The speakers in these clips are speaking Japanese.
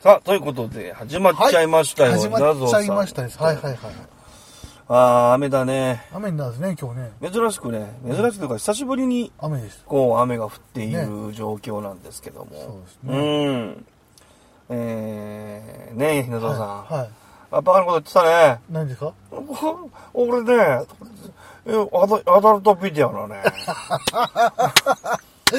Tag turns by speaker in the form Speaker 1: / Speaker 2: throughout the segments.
Speaker 1: さあ、ということで、始まっちゃいましたよ。
Speaker 2: 始ま
Speaker 1: ダゾー
Speaker 2: っち
Speaker 1: さ
Speaker 2: ゃ
Speaker 1: ん
Speaker 2: いましたです。はいはいはい。
Speaker 1: ああ、雨だね。
Speaker 2: 雨になるんですね、今日ね。
Speaker 1: 珍しくね、珍しくというか、久しぶりに、
Speaker 2: 雨です。
Speaker 1: こう、雨が降っている状況なんですけども。
Speaker 2: そうです
Speaker 1: う
Speaker 2: ね。
Speaker 1: ん。えー、ねえ、ひなぞさん。
Speaker 2: はいはい。
Speaker 1: あ、バカなこと言ってたね。
Speaker 2: 何ですか
Speaker 1: 俺ね、えアダアダルトビデオの ね、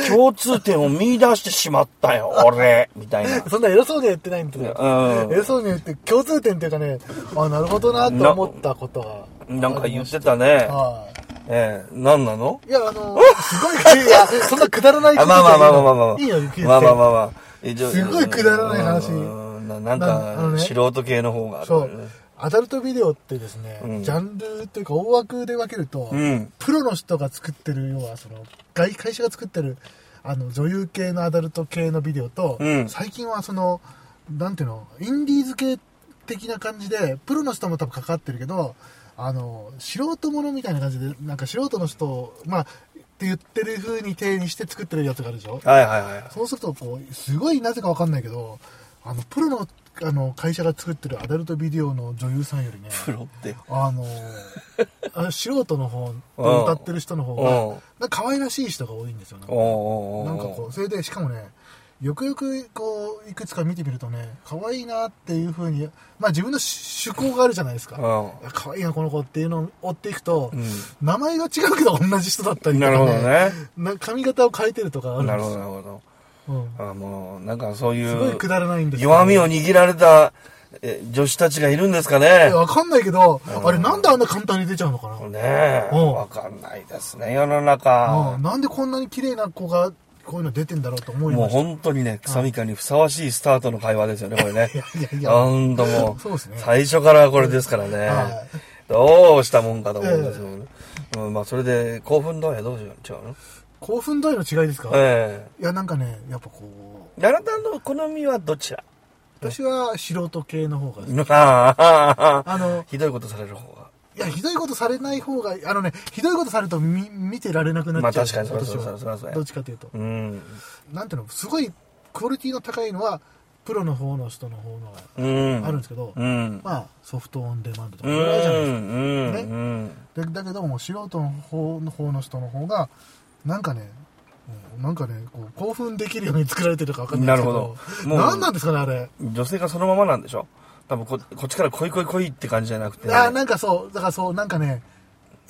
Speaker 1: 共通点を見出してしまったよ、俺、みたいな。
Speaker 2: そんな偉そうには言ってないんで、
Speaker 1: うん
Speaker 2: 偉そうに言って、共通点っていうかね、あ、なるほどなと思ったことが。
Speaker 1: なんか言ってたね。
Speaker 2: は
Speaker 1: ええ、何なの
Speaker 2: い。いや、あの、すごい、いや、そんなくだらない
Speaker 1: あ、
Speaker 2: こと
Speaker 1: まあまあまあまあまあまあ。
Speaker 2: いいよ、ゆっくり
Speaker 1: まあまあま
Speaker 2: あ。
Speaker 1: あまあ。えじゃあ
Speaker 2: すごいくだらない話
Speaker 1: うんななん
Speaker 2: なあの
Speaker 1: か、
Speaker 2: ね
Speaker 1: 素人系の方がある
Speaker 2: そ
Speaker 1: から
Speaker 2: う
Speaker 1: ね。。
Speaker 2: アダルトビデオってですね、
Speaker 1: うん
Speaker 2: ジャンルっていうか大枠で分けると、
Speaker 1: うん。
Speaker 2: プロの人が作ってる、要はその、外会社が作ってる、あの、女優系のアダルト系のビデオと、
Speaker 1: うん
Speaker 2: 最近はその、なんていうの、インディーズ系的な感じで、プロの人も多分関わってるけど、あの、素人ものみたいな感じで、なんか素人の人を、まあ、って言ってる風に手にして作ってるやつがあるでしょ
Speaker 1: はいはいはい。
Speaker 2: そうすると、こう、すごいなぜかわかんないけど、あの、プロの、あの、会社が作ってるアダルトビデオの女優さんよりね、
Speaker 1: プロって。
Speaker 2: あのーあ素人の 方と歌ってる人の方
Speaker 1: うん
Speaker 2: がなんか可愛らしい人が多いんですよなんか
Speaker 1: おうおうおう
Speaker 2: なんかこうそれでしかもねよくよくこういくつか見てみるとね可愛いなっていう風にまあ自分の趣趣向があるじゃないですか
Speaker 1: う
Speaker 2: あ可愛いなこの子っていうのを追っていくと、
Speaker 1: ん
Speaker 2: 名前が違うけど同じ人だったりと
Speaker 1: な
Speaker 2: か、
Speaker 1: る
Speaker 2: ね、
Speaker 1: ほどね。
Speaker 2: な髪型を変えてるとかあるんです
Speaker 1: なるほど、
Speaker 2: よ
Speaker 1: なるほど。
Speaker 2: うん
Speaker 1: あもう、なんかそう
Speaker 2: すご
Speaker 1: い
Speaker 2: いうく、だらないんですけど
Speaker 1: 弱みを握られたえ女子たちがいるんですかね
Speaker 2: いや。わかんないけど、あれなんであんな簡単に出ちゃうのかな
Speaker 1: ねえ、
Speaker 2: うん
Speaker 1: わかんないですね、世の中
Speaker 2: うん。なんでこんなに綺麗な子がこういうの出てんだろうと思い
Speaker 1: もう
Speaker 2: ました。
Speaker 1: 本当にね、くさみかにふさわしいスタートの会話ですよね、これね。
Speaker 2: いやいやいや
Speaker 1: なんとも
Speaker 2: そうですね
Speaker 1: 最初からこれですからね
Speaker 2: は。
Speaker 1: どうしたもんかと思うんですよね。うんまあ、それで、興奮度合いはどうしよう違うの
Speaker 2: 興奮度合いの違いですか、
Speaker 1: え
Speaker 2: いや、なんかね、やっぱこう、
Speaker 1: えあなたの好みはどちら
Speaker 2: 私は素人系の方が、
Speaker 1: あああ
Speaker 2: あ
Speaker 1: の
Speaker 2: の、
Speaker 1: ひどいことされる方が。
Speaker 2: いや、ひどいことされない方が、あのね、ひどいことされると見見てられなくなっち
Speaker 1: ま
Speaker 2: ゃう。
Speaker 1: あ確かにそう
Speaker 2: 私は
Speaker 1: そうそうそうそう
Speaker 2: どっちかというと。
Speaker 1: うん。
Speaker 2: なんていうの、すごいクオリティの高いのは、プロの方の人の方のが
Speaker 1: うん。
Speaker 2: あるんですけど、
Speaker 1: うん。
Speaker 2: まあ、ソフトオンデマンドとか
Speaker 1: う
Speaker 2: い
Speaker 1: ん。
Speaker 2: ろいろあるじゃないですか。
Speaker 1: うん。
Speaker 2: ね
Speaker 1: うん。
Speaker 2: でだけども素人の方の方の人の方がなんかねうんなんかねこう興奮できるように作られてるか分かんないです
Speaker 1: な
Speaker 2: け
Speaker 1: る
Speaker 2: ど
Speaker 1: ほどもう
Speaker 2: 何なんですかねあれ
Speaker 1: 女性がそのままなんでしょ多分ここっちから来い来い来いって感じじゃなくて、
Speaker 2: あなんかそうだからそうなんかね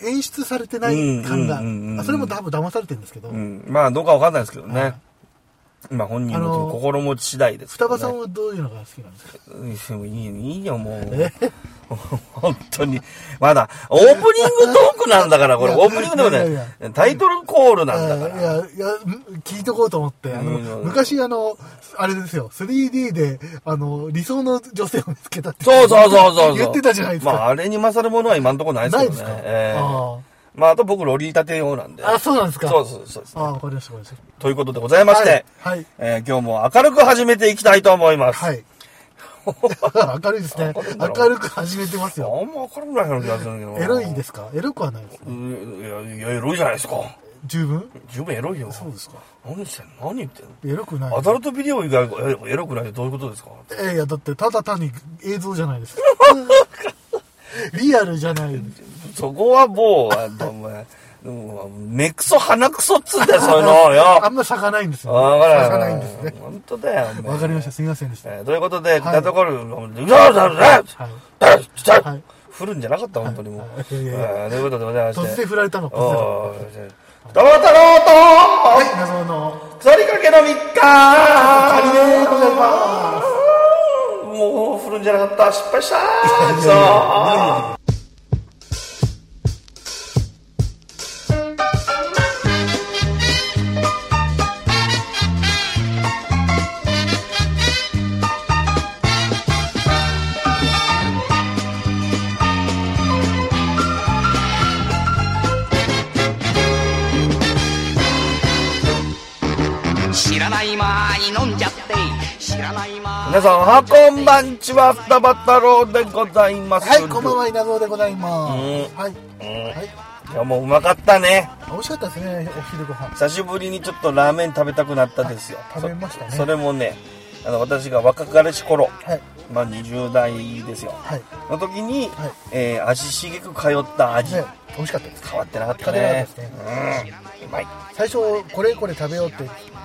Speaker 2: 演出されてない感が、
Speaker 1: うんうんうんうん
Speaker 2: あそれも多分騙されてるんですけど、
Speaker 1: うん、まあどうかわかんないですけどね、
Speaker 2: はい
Speaker 1: まあ本人
Speaker 2: あ
Speaker 1: の
Speaker 2: の
Speaker 1: その心持ち次第ですけど、
Speaker 2: 双
Speaker 1: ね、
Speaker 2: 葉さんはどういうのが好きなんですか
Speaker 1: うんいいよいいよもう本当にまだオープニングトークなんだからこれ
Speaker 2: い
Speaker 1: オ
Speaker 2: や
Speaker 1: ープニングでも
Speaker 2: いやい
Speaker 1: ね
Speaker 2: や
Speaker 1: タイトルコールなんだ
Speaker 2: あ
Speaker 1: か
Speaker 2: い
Speaker 1: ら
Speaker 2: やいやん聞いとこうと思ってあの、
Speaker 1: うん
Speaker 2: 昔あのあれですよ 3D であの理想の女性を見つけたって
Speaker 1: そうそうそうそうそう
Speaker 2: 言ってたじゃないですか、
Speaker 1: まああれに勝るものは今のところないです
Speaker 2: な
Speaker 1: け
Speaker 2: い
Speaker 1: ど
Speaker 2: で
Speaker 1: ね
Speaker 2: すか、
Speaker 1: ええ
Speaker 2: あ
Speaker 1: まああと僕ロリータ帝王なんで
Speaker 2: ーあそうなんですか
Speaker 1: そうそうそう
Speaker 2: ああわかりましたわかりました
Speaker 1: ということでございまして、
Speaker 2: はい。
Speaker 1: えー今日も明るく始めていきたいと思います、
Speaker 2: はい。はい、 明るいですね
Speaker 1: 明るいん。だろう
Speaker 2: 明るく始めてますよ。
Speaker 1: あんま明るくないような気がするけどな
Speaker 2: エロいですかエロくはないです。
Speaker 1: うんいや、いや、エロいじゃないですか。
Speaker 2: 十分
Speaker 1: 十分エロいよ。
Speaker 2: そうですか。
Speaker 1: 何してんの何言ってん
Speaker 2: エロくない
Speaker 1: のア。ダルトビデオ以外がエロくないってどういうことですか
Speaker 2: えいや、だってただ単に映像じゃな いですか。リアルじゃない。
Speaker 1: そこはもう、あのお前、もう目くそ鼻くそっつうんだよ、そういうのよ。
Speaker 2: あんま咲かないんですよ。
Speaker 1: わ
Speaker 2: 咲
Speaker 1: か
Speaker 2: からないいんですね。
Speaker 1: 本当だよ、お前
Speaker 2: わかりました。すみませんでした。
Speaker 1: えーということで、来たところ、うざうざうざう
Speaker 2: はい。
Speaker 1: ざ
Speaker 2: はい
Speaker 1: 降るんじゃなかった、本当にもう。え
Speaker 2: いやいやいや
Speaker 1: ーということでございまして。
Speaker 2: 突然振られたの。突然
Speaker 1: おーじゃあどうも太郎
Speaker 2: はい、謎の
Speaker 1: と、腐りかけの三日
Speaker 2: 仮でございます。
Speaker 1: もう振るんじゃなかった失敗した
Speaker 2: いやいやいや
Speaker 3: 知らない間に飲んじゃって知らない間
Speaker 1: 皆さんおはこんばんちは双葉太郎でございます
Speaker 2: はい、こんばんは、稲造でございま
Speaker 1: う
Speaker 2: す。はい。はい。
Speaker 1: 今日もうまかったね
Speaker 2: 美味しかったですね、お昼ご飯。
Speaker 1: 久しぶりにちょっとラーメン食べたくなったですよ
Speaker 2: あ食べましたね
Speaker 1: そそれもねあの私が若かりし頃、
Speaker 2: はい
Speaker 1: まあ20代ですよ
Speaker 2: はい
Speaker 1: の時に、
Speaker 2: はい
Speaker 1: えー足しげく通った味、
Speaker 2: ね美味しかったです
Speaker 1: 変わってなかった
Speaker 2: 変わってな
Speaker 1: ね
Speaker 2: かったです
Speaker 1: うんうまい
Speaker 2: 最初これこれ食べようって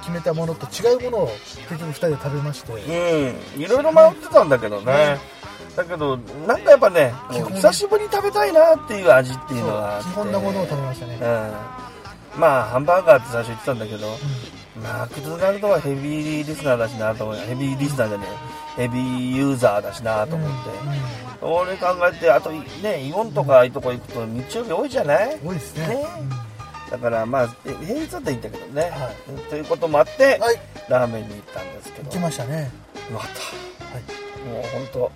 Speaker 2: 決めたものと違うものを結局2人で食べまして、
Speaker 1: うんいろいろ迷ってたんだけどねだけどなんかやっぱね
Speaker 2: 基本
Speaker 1: 久しぶりに食べたいなっていう味っていうのがあって
Speaker 2: 基本なものを食べましたね、
Speaker 1: うんまあハンバーガーって最初言ってたんだけど、マクドナルドはヘビーリスナーだしなと思うヘビーリスナーじゃねえヘビーユーザーだしなと思って、俺考えてあとねイオンとかああいうとこ行くと日曜日多いじゃない
Speaker 2: 多いですね
Speaker 1: ねだからまあえ平日だったらいいんだけどね、
Speaker 2: は
Speaker 1: ということもあって、
Speaker 2: はい
Speaker 1: ラーメンに行ったんですけ
Speaker 2: うん
Speaker 1: ど
Speaker 2: 行きましたね
Speaker 1: また
Speaker 2: はい
Speaker 1: もう本当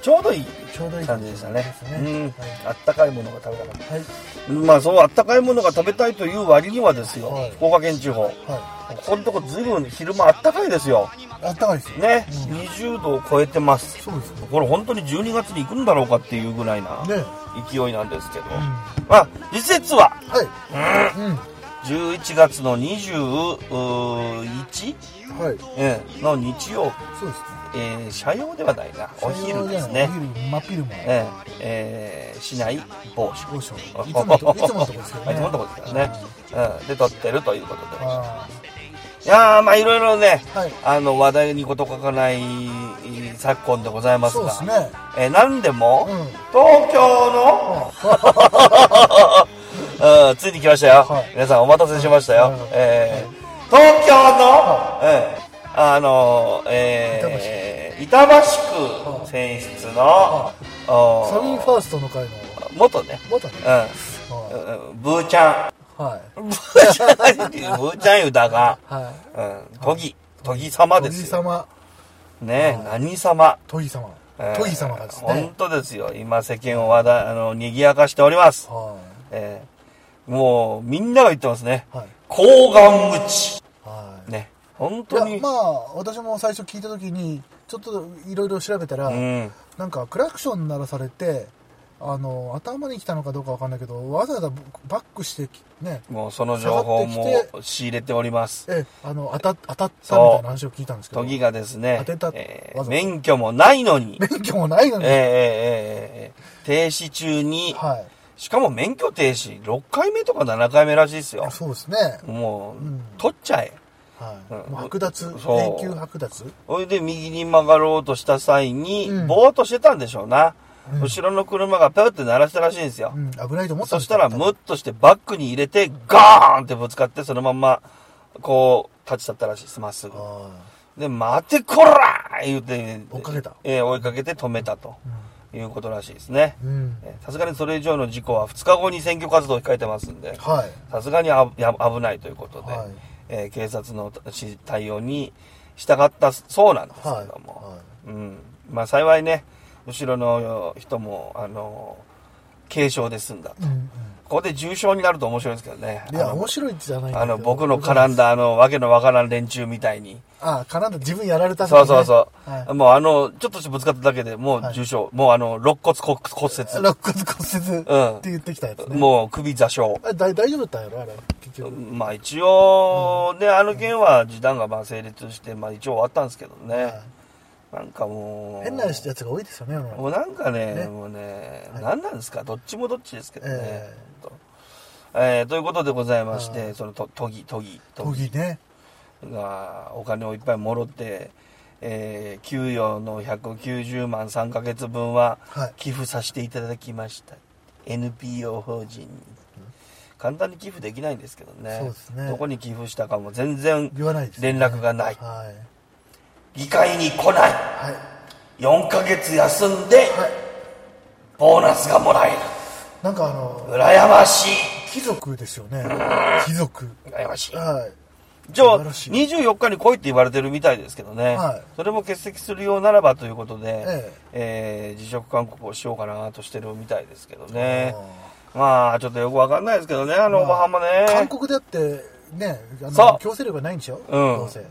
Speaker 1: ちょうどいい
Speaker 2: ちょうどいい
Speaker 1: 感じでしたね
Speaker 2: ですね
Speaker 1: うん
Speaker 2: はい
Speaker 1: あったかいものが食べたかっ
Speaker 2: はい
Speaker 1: たまあそうあったかいものが食べたいという割にはですよ、
Speaker 2: はい
Speaker 1: 福岡県地方
Speaker 2: は
Speaker 1: ここのとこずいぶん昼間あったかいですよ
Speaker 2: いあったかいですよ
Speaker 1: ね、20度を超えてます
Speaker 2: そうですね
Speaker 1: これ本当に12月に行くんだろうかっていうぐらいな
Speaker 2: ね
Speaker 1: 勢いなんですけど、
Speaker 2: うん
Speaker 1: まあ季節は
Speaker 2: はいうん
Speaker 1: 11月の21、
Speaker 2: はい
Speaker 1: うんの日曜、
Speaker 2: そうですね
Speaker 1: えー、社用ではないなお昼です
Speaker 2: お
Speaker 1: ね、
Speaker 2: 昼真っ昼も
Speaker 1: えーえー、市内某所
Speaker 2: 某所い つものとこいつものとこですよね
Speaker 1: いつものとこですからね、うん、で撮ってるということで
Speaker 2: あ
Speaker 1: いやーまあいろいろね、
Speaker 2: はい
Speaker 1: あの話題に事欠かない昨今でござい
Speaker 2: あ
Speaker 1: ます
Speaker 2: そうで
Speaker 1: が
Speaker 2: すね
Speaker 1: えー何でも、
Speaker 2: うん
Speaker 1: 東京 の、うん、ついに来ましたよ、
Speaker 2: はい
Speaker 1: 皆さんお待たせしましたよ、
Speaker 2: はい
Speaker 1: えー東京の、うんあのーえー板橋区選出の、おー
Speaker 2: サミーファーストの会の
Speaker 1: 元ね、
Speaker 2: またね
Speaker 1: う
Speaker 2: は
Speaker 1: んうん、ブーち ゃん
Speaker 2: いは
Speaker 1: ブーちゃんブーちゃんいうだが、
Speaker 2: いはい
Speaker 1: うん、都議都議様
Speaker 2: ト
Speaker 1: で
Speaker 2: ギー
Speaker 1: すよ
Speaker 2: 様
Speaker 1: ね何様
Speaker 2: トギー様
Speaker 1: うん
Speaker 2: トギー様がですね
Speaker 1: 本当ですよ今世間をわだあの賑やかしております
Speaker 2: は
Speaker 1: えーもう、みんなが言ってますね。
Speaker 2: いはい
Speaker 1: 抗顔打ち。
Speaker 2: はい
Speaker 1: ね。本
Speaker 2: いや
Speaker 1: 当に。
Speaker 2: まあ私も最初聞いた時にちょっといろいろ調べたら、
Speaker 1: うん。
Speaker 2: なんかクラクション鳴らされてあの頭に来たのかどうかわかんないけどわざわざバックしてきね
Speaker 1: もうその情報
Speaker 2: 下が
Speaker 1: も
Speaker 2: って
Speaker 1: 仕入れております。
Speaker 2: えあの当た当たったみたいな話を聞いたんですけど
Speaker 1: 都議がですね
Speaker 2: 当てた、
Speaker 1: え
Speaker 2: わ
Speaker 1: ー
Speaker 2: ざと
Speaker 1: 免許もないのに、
Speaker 2: 免許もないの
Speaker 1: えー
Speaker 2: に、
Speaker 1: えーえーえー停止中に、
Speaker 2: はい
Speaker 1: しかも免許停止6回目とか7回目らしいですよ。
Speaker 2: そうですね、
Speaker 1: もう、
Speaker 2: うん
Speaker 1: 取っちゃえ。
Speaker 2: はい
Speaker 1: うん
Speaker 2: もう剥奪
Speaker 1: そう
Speaker 2: 永久剥奪
Speaker 1: それで右に曲がろうとした際に、
Speaker 2: うん
Speaker 1: ぼーっとしてたんでしょうな。
Speaker 2: うん
Speaker 1: 後ろの車がペーって鳴らしたらしいんですよ。
Speaker 2: うん、危ないと思った
Speaker 1: そ
Speaker 2: んで
Speaker 1: し
Speaker 2: すよ
Speaker 1: たら、
Speaker 2: 多
Speaker 1: ム
Speaker 2: 分
Speaker 1: ッとしてバックに入れて、ガーンってぶつかって、そのまんま、こう、立ち去ったらしいです、まっすぐ。
Speaker 2: あ
Speaker 1: で、待てこらー言うて、
Speaker 2: 追っかけた
Speaker 1: えー追いかけて止めたと、いうことらしいですね
Speaker 2: ー。うん
Speaker 1: えーさすがにそれ以上の事故は2日後に選挙活動を控えてますんで、
Speaker 2: はい
Speaker 1: さすがにあや危ないということで、
Speaker 2: はい
Speaker 1: えー警察のし対応に従ったそうなんですけども、
Speaker 2: はいはい
Speaker 1: うん、まあ幸いね、後ろの人も、あの軽傷で済んだと。
Speaker 2: うんうん
Speaker 1: ここで重症になると面白いですけどね。
Speaker 2: い
Speaker 1: あ
Speaker 2: や
Speaker 1: の
Speaker 2: 面白いじゃないんだ
Speaker 1: あ
Speaker 2: けど
Speaker 1: の、僕の絡んだ、あの、わけのわからん連中みたいに。
Speaker 2: あ絡んだ自分やられたんだ
Speaker 1: そ
Speaker 2: ね
Speaker 1: うそうそう。
Speaker 2: はい
Speaker 1: もうあの、ちょっとぶつかっただけでもう重傷。もうあの、肋骨骨骨折。
Speaker 2: 肋骨骨
Speaker 1: うん
Speaker 2: 折って言ってきたやつね、
Speaker 1: もう首座傷。
Speaker 2: あれだい大丈夫だったんやろあれ結局
Speaker 1: まあ一応、ね、あの件は示談がまあ成立して、まあ一応終わったんですけどね。なんかもう。
Speaker 2: 変なやつが多いですよね世の中
Speaker 1: もうなんかね、
Speaker 2: ね
Speaker 1: もうね、
Speaker 2: はい
Speaker 1: 何なんですか、どっちもどっちですけどね。
Speaker 2: え
Speaker 1: ほんとえーということでございまして、そのと都議、都議、
Speaker 2: 都議ね
Speaker 1: がお金をいっぱいもろって、えー給与の190万3ヶ月分は
Speaker 2: はい
Speaker 1: 寄付させていただきました、NPO 法人に簡単に寄付できないんですけどね
Speaker 2: そうですね
Speaker 1: どこに寄付したかも全然
Speaker 2: 言わないですね
Speaker 1: 連絡がない
Speaker 2: はい
Speaker 1: 議会に来ない
Speaker 2: はい
Speaker 1: 4ヶ月休んで
Speaker 2: はい
Speaker 1: ボーナスがもらえる
Speaker 2: なんかあの
Speaker 1: 羨ましい
Speaker 2: 貴族ですよね貴族
Speaker 1: 羨ましい
Speaker 2: は
Speaker 1: じゃあ
Speaker 2: 素晴らしい
Speaker 1: 24日に来いって言われてるみたいですけどね、
Speaker 2: はい
Speaker 1: それも欠席するようならばということで、
Speaker 2: え
Speaker 1: えー辞職勧告をしようかなとしてるみたいですけどね
Speaker 2: あ
Speaker 1: まあちょっとよくわかんないですけどねあの
Speaker 2: まあ
Speaker 1: オバハマね、
Speaker 2: い韓国であってねあの
Speaker 1: そう
Speaker 2: 強制力はないんでしょ、う
Speaker 1: うん
Speaker 2: どうせ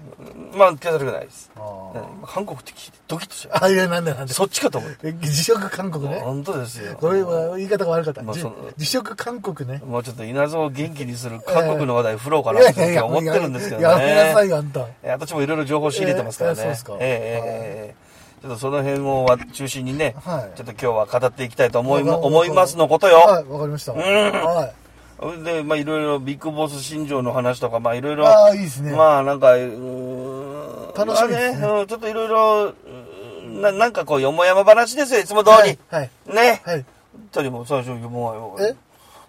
Speaker 1: まあ、手当たりがないです。
Speaker 2: あ
Speaker 1: う
Speaker 2: ー
Speaker 1: ん韓国って聞いてドキッとしちゃ
Speaker 2: あいやなんだなん
Speaker 1: う。
Speaker 2: だ
Speaker 1: そっちかと思う。
Speaker 2: え辞職韓国ね
Speaker 1: 本当ですよ。
Speaker 2: これは言い方が悪かった、
Speaker 1: まあ
Speaker 2: じ
Speaker 1: その
Speaker 2: 辞職韓国ね
Speaker 1: もうちょっと稲造を元気にする韓国の話題振ろうか
Speaker 2: い
Speaker 1: なって今思ってるんですけどね。
Speaker 2: やめなさいよあんた
Speaker 1: えー私もいろいろ情報仕入れてますからね。
Speaker 2: えーえーそうですか
Speaker 1: えええーえーちょっとその辺をわ中心にね、
Speaker 2: はい
Speaker 1: ちょっと今日は語っていきたいと思いま
Speaker 2: わか
Speaker 1: 思いますのこと
Speaker 2: は
Speaker 1: よ。
Speaker 2: いわかりました、
Speaker 1: ん
Speaker 2: はい
Speaker 1: で、まあいろいろビッグボス新庄の話とか、まあいろいろ、
Speaker 2: ああいいですね、
Speaker 1: まあなんか、うーん
Speaker 2: 楽しみですね
Speaker 1: まあうんちょっといろいろ、うーんななんかこう、よもやま話ですよ、いつも通り。
Speaker 2: はい
Speaker 1: ね。
Speaker 2: はい、
Speaker 1: 二人も最初よもやま。
Speaker 2: え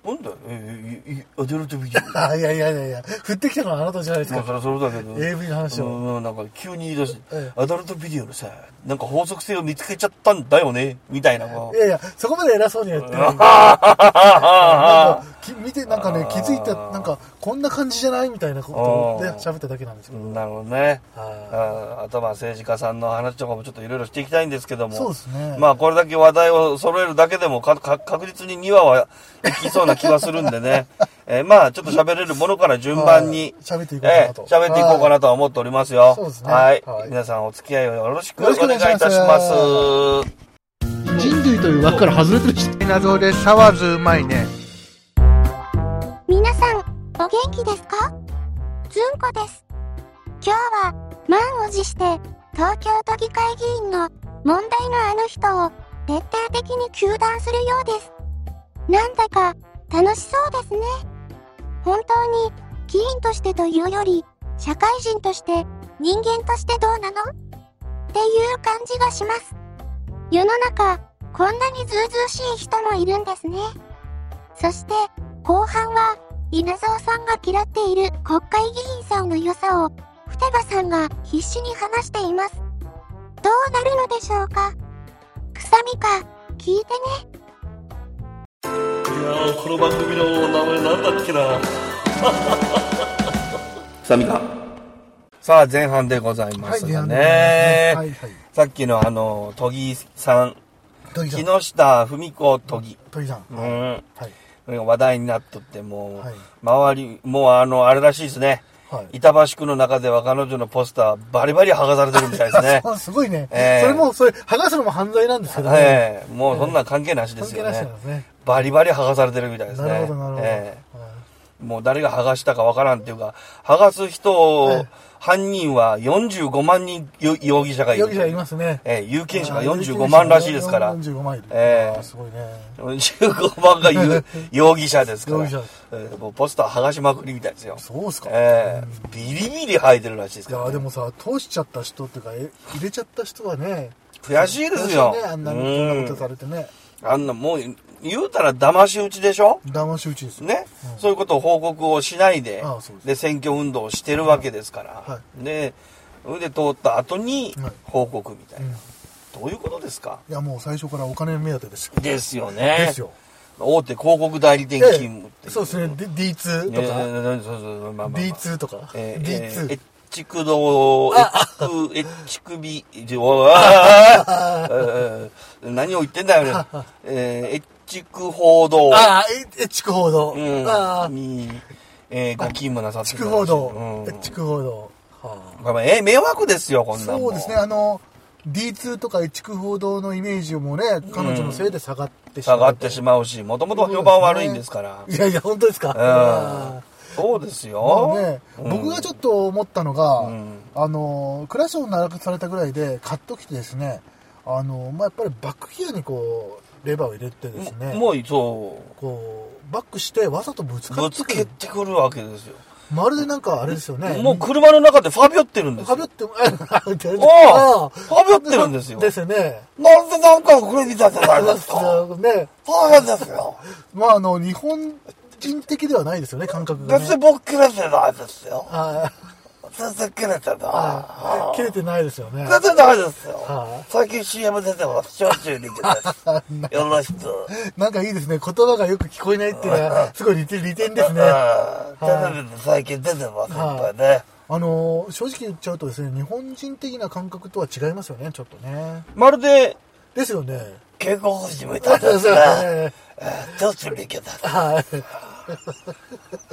Speaker 1: なんだよ、ええいいアデルトビデオ。
Speaker 2: はい、あいやいやいやいや振ってきたのはあなたじゃないです
Speaker 1: まあそ
Speaker 2: か
Speaker 1: れはそうだけど
Speaker 2: AV の話を
Speaker 1: うんうんなんか急に言い出して、
Speaker 2: ええ
Speaker 1: アダルトビデオのさなんか法則性を見つけちゃったんだよねみたいなこ
Speaker 2: いうやいやそこまで偉そうには言ってないんでなんかき見てなんかね
Speaker 1: あー
Speaker 2: 気づいたなんかこんな感じじゃないみたいなことで喋っただけなんですけど、
Speaker 1: なるほどね
Speaker 2: は
Speaker 1: ああとまあ政治家さんの話とかもちょっといろいろしていきたいんですけども
Speaker 2: そうですね
Speaker 1: まあこれだけ話題を揃えるだけでもかか確実に2話はいきそうな気はするんでね、 えーまあちょっと喋れるものから順番に
Speaker 2: はい喋っていこうかなと
Speaker 1: えー喋っていこうかなとは思っておりますよ
Speaker 2: そうですね
Speaker 1: はい、
Speaker 2: はい
Speaker 1: 皆さんお付き合いをよろしくお
Speaker 2: よろしくお
Speaker 1: 願い
Speaker 2: 願
Speaker 1: い
Speaker 2: い
Speaker 1: た
Speaker 2: し
Speaker 1: し
Speaker 2: ます
Speaker 1: ます
Speaker 2: 人類という枠から外れてる人謎で沢津うまいね
Speaker 4: 皆さん、お元気ですかずんこです。今日は、満を持して、東京都議会議員の問題のあの人を徹底的に糾弾するようです。なんだか、楽しそうですね。本当に、議員としてというより、社会人として、人間としてどうなのっていう感じがします。世の中、こんなにずうずうしい人もいるんですね。そして、後半は、稲造さんが嫌っている国会議員さんの良さを、ふてばさんが必死に話しています。どうなるのでしょうかくさみか、聞いてね。
Speaker 1: いやーこの番組の名前なんだっけ なさあみかさあ前半でございま
Speaker 2: はい
Speaker 1: す
Speaker 2: であ
Speaker 1: が
Speaker 2: の
Speaker 1: ね、
Speaker 2: はいはい
Speaker 1: さっきのあの都議さん
Speaker 2: 土井さ
Speaker 1: 木
Speaker 2: ん
Speaker 1: 下文子都議
Speaker 2: 土井さん
Speaker 1: う
Speaker 2: はい
Speaker 1: ん
Speaker 2: はい
Speaker 1: これが話題になっとってもう、
Speaker 2: はい
Speaker 1: 周りもうあのあれらしいですね
Speaker 2: はい
Speaker 1: 板橋区の中では彼女のポスターバリバリ剥がされてるみた いですね
Speaker 2: あすごいね、
Speaker 1: えー
Speaker 2: それもそれ剥がすのも犯罪なんですけどね、
Speaker 1: ええもうそんなん関係なしで
Speaker 2: 関
Speaker 1: す
Speaker 2: 係
Speaker 1: よ
Speaker 2: なし
Speaker 1: ね
Speaker 2: なんですね
Speaker 1: バリバリ剥がされてるみたいですね
Speaker 2: なるほどなるほど、
Speaker 1: ええ
Speaker 2: はい
Speaker 1: もう誰が剥がしたかわからんっていうか、剥がす人を、
Speaker 2: ええ
Speaker 1: 犯人は45万人よ容疑者がいる。
Speaker 2: 容疑者いますね
Speaker 1: ええ有権者が45万らしいですから。
Speaker 2: 45万いる、
Speaker 1: ええ
Speaker 2: あすごいね
Speaker 1: 45万が 有容疑者ですから。
Speaker 2: 容疑者
Speaker 1: ええもうポスター剥がしまくりみたいですよ。
Speaker 2: そうですか、
Speaker 1: ええビリビリ生えてるらしいです
Speaker 2: い
Speaker 1: か
Speaker 2: や
Speaker 1: ら。
Speaker 2: ーでもさ通しちゃった人っていうかえ入れちゃった人はね
Speaker 1: 悔しいですよ
Speaker 2: 悔しいねあんな
Speaker 1: うん
Speaker 2: こんなことされてね
Speaker 1: あんなもう、言うたら騙し討ちでしょ
Speaker 2: 騙し討ちですよ
Speaker 1: ね、そういうことを報告をしないで、
Speaker 2: ああそうです
Speaker 1: で、選挙運動をしてるわけですから、
Speaker 2: は
Speaker 1: で、それで通った後に
Speaker 2: はい
Speaker 1: 報告みたいな、
Speaker 2: うん
Speaker 1: どういうことですか
Speaker 2: いやもう最初からお金目当てですよ
Speaker 1: ですよね。
Speaker 2: ですよ
Speaker 1: 大手広告代理店勤務ってい
Speaker 2: ええそうですね。で D2 と
Speaker 1: え
Speaker 2: か、
Speaker 1: えそうそう、まあまあまあ、
Speaker 2: D2 とか、
Speaker 1: ええええ
Speaker 2: D2、
Speaker 1: エッチクド、エッチク、エッ チクビ、じおああええ 何を言ってんだよね。 ええエッチク報道。
Speaker 2: ああええ筑報道、
Speaker 1: うん
Speaker 2: ああ
Speaker 1: に、えー、ご勤務なさって
Speaker 2: 筑報道、
Speaker 1: うん
Speaker 2: え筑報道、はあ
Speaker 1: まあまあえー、迷惑ですよ、こんなんも
Speaker 2: そうですねあの D2 とか筑報道のイメージもね彼女のせいで下がってしま
Speaker 1: 下
Speaker 2: う
Speaker 1: がってしまうし、もともと評判悪いんですから。
Speaker 2: いやいや本当ですか、あ
Speaker 1: うん
Speaker 2: あ。
Speaker 1: そうですよ。
Speaker 2: まあね、
Speaker 1: うん
Speaker 2: 僕がちょっと思ったのが、
Speaker 1: うん
Speaker 2: あのクラション鳴らされたぐらいで買っときてですねあの、まあ、やっぱりバックギアにこうレバーを入れてですね
Speaker 1: ももう、そ
Speaker 2: こうバックしてわざとぶつ
Speaker 1: う、
Speaker 2: か
Speaker 1: ぶ
Speaker 2: っ
Speaker 1: つ
Speaker 2: て
Speaker 1: け
Speaker 2: くる
Speaker 1: てくるわけですよ。
Speaker 2: まるでなんかあれですよね
Speaker 1: もう車の中でファビオってるんです
Speaker 2: か
Speaker 1: よ。
Speaker 2: ぶってもああ
Speaker 1: ああ
Speaker 2: あ
Speaker 1: ファビオってるんですよ。
Speaker 2: ですよね
Speaker 1: なんでなんかこれ見たじゃないですか。
Speaker 2: ね
Speaker 1: そうなんですよ。
Speaker 2: まああの日本人的ではないですよね感覚が、ね、
Speaker 1: 別に僕切れてないですよ。
Speaker 2: あ
Speaker 1: 全然切れてな
Speaker 2: あ
Speaker 1: い。
Speaker 2: 切れてないですよね
Speaker 1: 全然ダメですよ
Speaker 2: は。
Speaker 1: 最近 CM 出てます。少々人気 です。よろしく。
Speaker 2: なんかいいですね言葉がよく聞こえないっていうのはすごい利点利点ですね
Speaker 1: うんテレビで最近出てます、いっぱいね。
Speaker 2: あのー正直言っちゃうとですね日本人的な感覚とは違いますよねちょっとね
Speaker 1: まるで、
Speaker 2: ですよね
Speaker 1: 警告星みたいです
Speaker 2: そ
Speaker 1: ね
Speaker 2: うですね。
Speaker 1: えー少々人気です。
Speaker 2: はい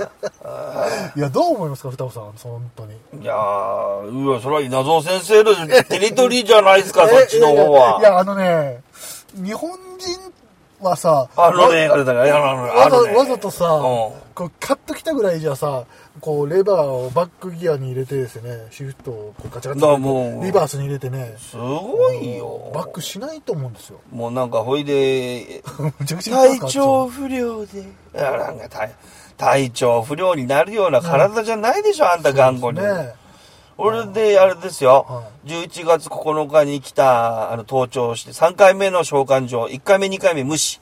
Speaker 2: いや、どう思いますか、双子さん。そう本当に。
Speaker 1: いやー、うわ、それは稲造先生のテリトリーじゃないですか、そっちの方
Speaker 2: いやい
Speaker 1: は。
Speaker 2: や、あのね、日本人はさ、
Speaker 1: あのね、あれだから、いやあのね
Speaker 2: わ
Speaker 1: あ
Speaker 2: ざ
Speaker 1: のね
Speaker 2: わざとさ、
Speaker 1: うん
Speaker 2: こうカッときたぐらいじゃさこうレバーをバックギアに入れてですねシフトをこうガチャガチ
Speaker 1: だから
Speaker 2: ャ
Speaker 1: もう
Speaker 2: リバースに入れてね
Speaker 1: すごいよ。
Speaker 2: バックしないと思うんです よ
Speaker 1: もうなんか、ほい で、
Speaker 2: めちゃくちゃ
Speaker 1: 体調不良で。いや、なんか体、体調不良になるような体じゃないでしょ、あんた頑固に。
Speaker 2: ね
Speaker 1: 俺で、あれですよ、
Speaker 2: は
Speaker 1: 11月9日に来た、あの、登庁して、3回目の召喚状、1回目、2回目無視。